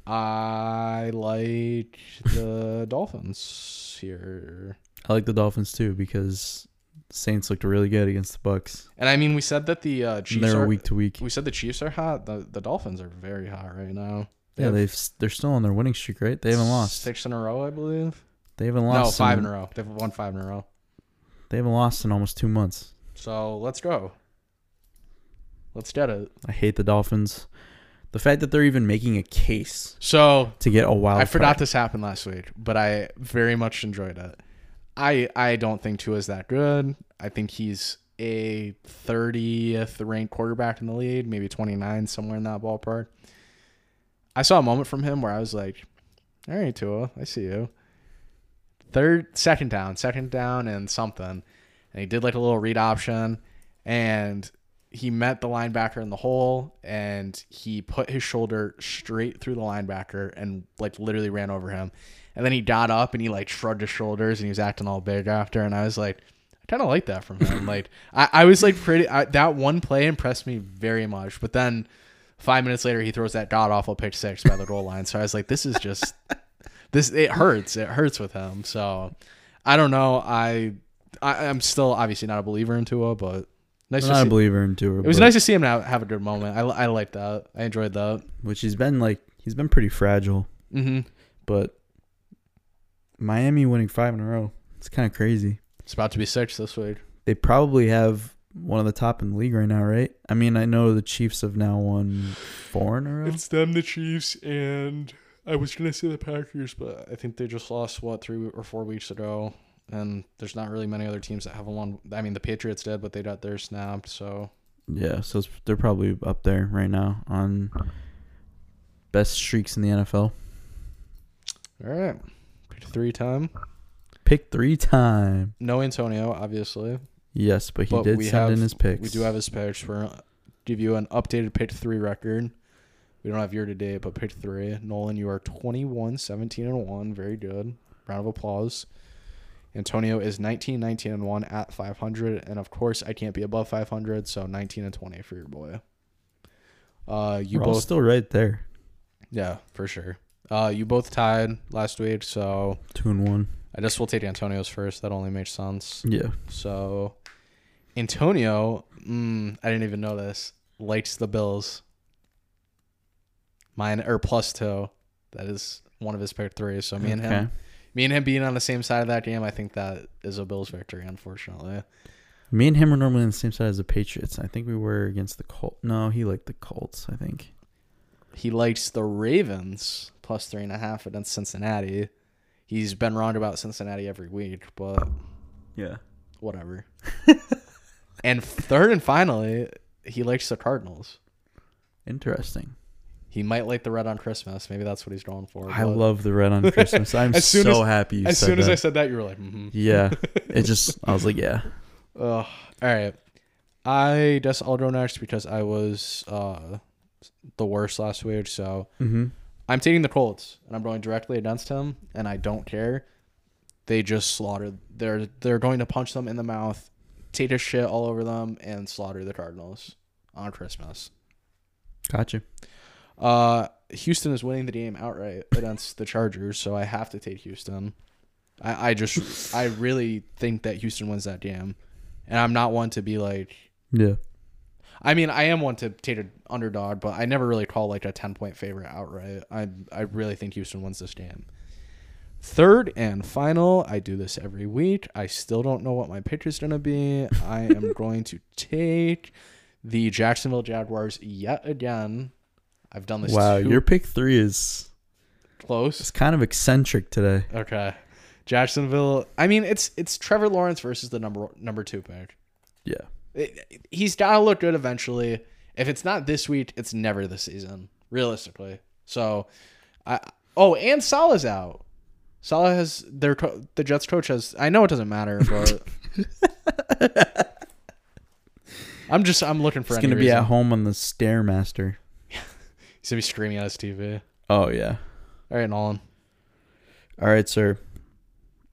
Speaker 3: I like the Dolphins here.
Speaker 2: I like the Dolphins too because Saints looked really good against the Bucks.
Speaker 3: And I mean, we said that the uh,
Speaker 2: And
Speaker 3: Chiefs
Speaker 2: They're
Speaker 3: are.
Speaker 2: week to week.
Speaker 3: We said the Chiefs are hot. The, the Dolphins are very hot right now.
Speaker 2: Yeah, they've s- they're still on their winning streak, right? They haven't lost.
Speaker 3: Six in a row, I believe.
Speaker 2: They haven't
Speaker 3: No,
Speaker 2: lost.
Speaker 3: five in a row. They've won five in a row.
Speaker 2: They haven't lost in almost two months.
Speaker 3: So let's go. Let's get it.
Speaker 2: I hate the Dolphins. The fact that they're even making a case
Speaker 3: So
Speaker 2: to get a wild
Speaker 3: I forgot
Speaker 2: card.
Speaker 3: this happened last week, but I very much enjoyed it. I I don't think Tua's that good. I think he's a 30th ranked quarterback in the league, maybe 29 somewhere in that ballpark. I saw a moment from him where I was like, "All right, Tua, I see you." Third, second down, second down, and something, and he did like a little read option, and he met the linebacker in the hole and he put his shoulder straight through the linebacker and like literally ran over him. And then he got up and he like shrugged his shoulders and he was acting all big after. And I was like, I kind of like that from him. like I, I was like pretty I, that one play impressed me very much. But then five minutes later he throws that god awful pick six by the goal line. So I was like, this is just this it hurts. It hurts with him. So I don't know. I, I I'm still obviously not a believer in Tua, but. Nice
Speaker 2: I'm
Speaker 3: to
Speaker 2: not
Speaker 3: see.
Speaker 2: a believer in Tua,
Speaker 3: It was
Speaker 2: but-
Speaker 3: nice to see him have, have a good moment. I, I liked that. I enjoyed that.
Speaker 2: which he's been like he's been pretty fragile,
Speaker 3: Mm-hmm.
Speaker 2: but Miami winning five in a row. It's kind of crazy.
Speaker 3: It's about to be six this week.
Speaker 2: They probably have one of the top in the league right now, right? I mean, I know the Chiefs have now won four in a row.
Speaker 3: them, the Chiefs, and I was gonna say the Packers, but I think they just lost what three or four weeks ago, and there's not really many other teams that haven't won. I mean, the Patriots did, but they got their snapped. So
Speaker 2: Yeah, so it's, they're probably up there right now on best streaks in the NFL.
Speaker 3: all right, pick three time.
Speaker 2: Pick three time.
Speaker 3: No Antonio, obviously.
Speaker 2: Yes, but he
Speaker 3: But
Speaker 2: did
Speaker 3: we
Speaker 2: send in
Speaker 3: have-
Speaker 2: his picks.
Speaker 3: We do have his picks. We're gonna give you an updated pick three record. We don't have year to date, but pick three. Nolan, you are 21, 17, and 1. Very good. Round of applause. Antonio is 19, 19, and 1 at 500. And of course, I can't be above 500, so 19 and 20 for your boy. Uh, you
Speaker 2: We're all
Speaker 3: both,
Speaker 2: still right there,
Speaker 3: yeah, for sure. Uh, you both tied last week, so
Speaker 2: two and one.
Speaker 3: I guess we'll take Antonio's first. That only makes sense.
Speaker 2: Yeah,
Speaker 3: So, Antonio, mm, I didn't even know this, likes the Bills. Mine or plus two. That is one of his pick three. So me and him, me and him being on the same side of that game, I think that is a Bills victory. Unfortunately,
Speaker 2: Me and him are normally on the same side as the Patriots. I think we were against the Colts. No, he liked the Colts. I think.
Speaker 3: he likes the Ravens plus three and a half against Cincinnati. He's been wrong about Cincinnati every week, but
Speaker 2: Yeah.
Speaker 3: whatever. and third and finally, he likes the Cardinals.
Speaker 2: Interesting.
Speaker 3: He might like the red on Christmas. Maybe that's what he's going for.
Speaker 2: I
Speaker 3: but-
Speaker 2: love the red on Christmas. I'm
Speaker 3: As soon
Speaker 2: so
Speaker 3: as-
Speaker 2: happy you
Speaker 3: as
Speaker 2: said
Speaker 3: soon as
Speaker 2: that.
Speaker 3: I said that, you were like, mm-hmm.
Speaker 2: yeah. It just I was like, yeah.
Speaker 3: Ugh. all right. I guess I'll go next because I was uh, the worst last week. So
Speaker 2: Mm-hmm.
Speaker 3: I'm taking the Colts and I'm going directly against him, and I don't care. They just slaughtered. They're they're going to punch them in the mouth, take a shit all over them, and slaughter the Cardinals on Christmas.
Speaker 2: Gotcha.
Speaker 3: Uh, Houston is winning the game outright against the Chargers, so I have to take Houston. I, I just I really think that Houston wins that game, and I'm not one to be like.
Speaker 2: Yeah.
Speaker 3: I mean, I am one to take an underdog, but I never really call like a ten point favorite outright. I I really think Houston wins this game. Third and final, I do this every week. I still don't know what my pick is gonna be. I am going to take the Jacksonville Jaguars yet again. I've done this
Speaker 2: Wow,
Speaker 3: too
Speaker 2: your pick three is
Speaker 3: close.
Speaker 2: it's kind of eccentric today.
Speaker 3: Okay. Jacksonville. I mean, it's it's Trevor Lawrence versus the number number two pick.
Speaker 2: Yeah.
Speaker 3: It- he's gotta look good eventually. If it's not this week, it's never this season, realistically. So, I oh, and Salah's out. Salah has their co- the Jets coach has. I know it doesn't matter, but I'm just I'm looking for.
Speaker 2: He's
Speaker 3: any
Speaker 2: gonna be
Speaker 3: reason.
Speaker 2: at home on the stairmaster.
Speaker 3: He's gonna be screaming at his TV.
Speaker 2: Oh yeah.
Speaker 3: All right, Nolan.
Speaker 2: All right, sir.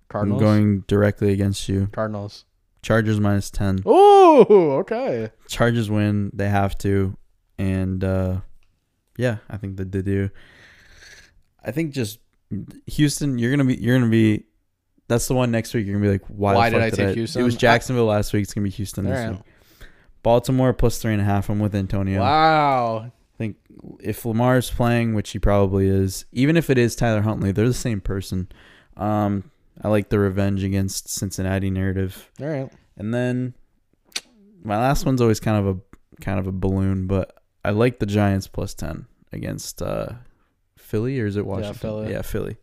Speaker 3: Cardinals.
Speaker 2: I'm going directly against you.
Speaker 3: Cardinals.
Speaker 2: Chargers minus ten.
Speaker 3: Oh, okay.
Speaker 2: Chargers win. They have to, and uh, yeah, I think that they do. I think just Houston. You're gonna be. You're gonna be. That's the one next week. You're gonna be like, why,
Speaker 3: Why
Speaker 2: the fuck
Speaker 3: did I take Houston?
Speaker 2: It was
Speaker 3: I-
Speaker 2: Jacksonville last week. It's gonna be Houston
Speaker 3: All
Speaker 2: this
Speaker 3: right.
Speaker 2: week. Baltimore plus three and a half. I'm with Antonio.
Speaker 3: Wow.
Speaker 2: I think if Lamar is playing, which he probably is, even if it is Tyler Huntley, they're the same person. Um, I like the revenge against Cincinnati narrative.
Speaker 3: All right.
Speaker 2: And then my last one's always kind of a kind of a balloon, but I like the Giants plus ten against uh, Philly or is it Washington?
Speaker 3: Philly.
Speaker 2: Yeah, Philly.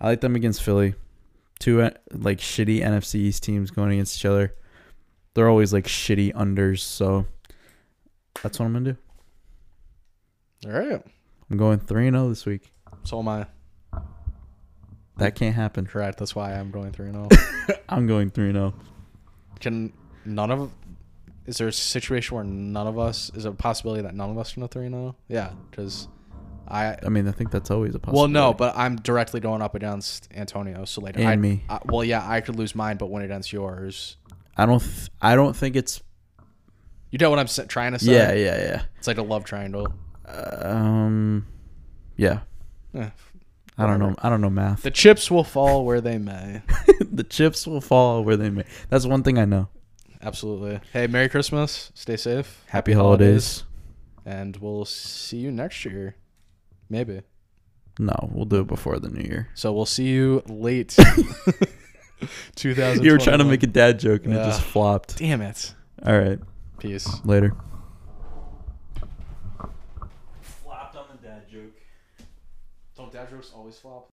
Speaker 2: I like them against Philly. Two uh, like shitty NFC East teams going against each other. They're always like shitty unders, so that's what I'm gonna do.
Speaker 3: All right.
Speaker 2: I'm going three and zero this week.
Speaker 3: So am I.
Speaker 2: That can't happen.
Speaker 3: Correct. That's why I'm going three and zero.
Speaker 2: I'm going three and oh. zero.
Speaker 3: Can none of is there a situation where none of us is there a possibility that none of us can go three and zero? Yeah, because I.
Speaker 2: I mean, I think that's always a
Speaker 3: Well,
Speaker 2: possibility.
Speaker 3: no, but I'm directly going up against Antonio, so like
Speaker 2: And
Speaker 3: I,
Speaker 2: me.
Speaker 3: I, well, yeah, I could lose mine, but win against yours.
Speaker 2: I don't. Th- I don't think it's.
Speaker 3: You know what I'm s- trying to say?
Speaker 2: Yeah, yeah, yeah.
Speaker 3: It's like a love triangle.
Speaker 2: Um, yeah.
Speaker 3: Eh,
Speaker 2: I don't know. I don't know math.
Speaker 3: The chips will fall where they may.
Speaker 2: the chips will fall where they may. That's one thing I know.
Speaker 3: Absolutely. Hey, Merry Christmas. Stay safe.
Speaker 2: Happy holidays.
Speaker 3: And we'll see you next year. Maybe.
Speaker 2: No, we'll do it before the new year.
Speaker 3: So we'll see you late. 2000.
Speaker 2: You were trying to make a dad joke and it just
Speaker 3: Yeah.
Speaker 2: flopped.
Speaker 3: Damn it.
Speaker 2: All right,
Speaker 3: Peace.
Speaker 2: later.
Speaker 3: Don't dad jokes always flop?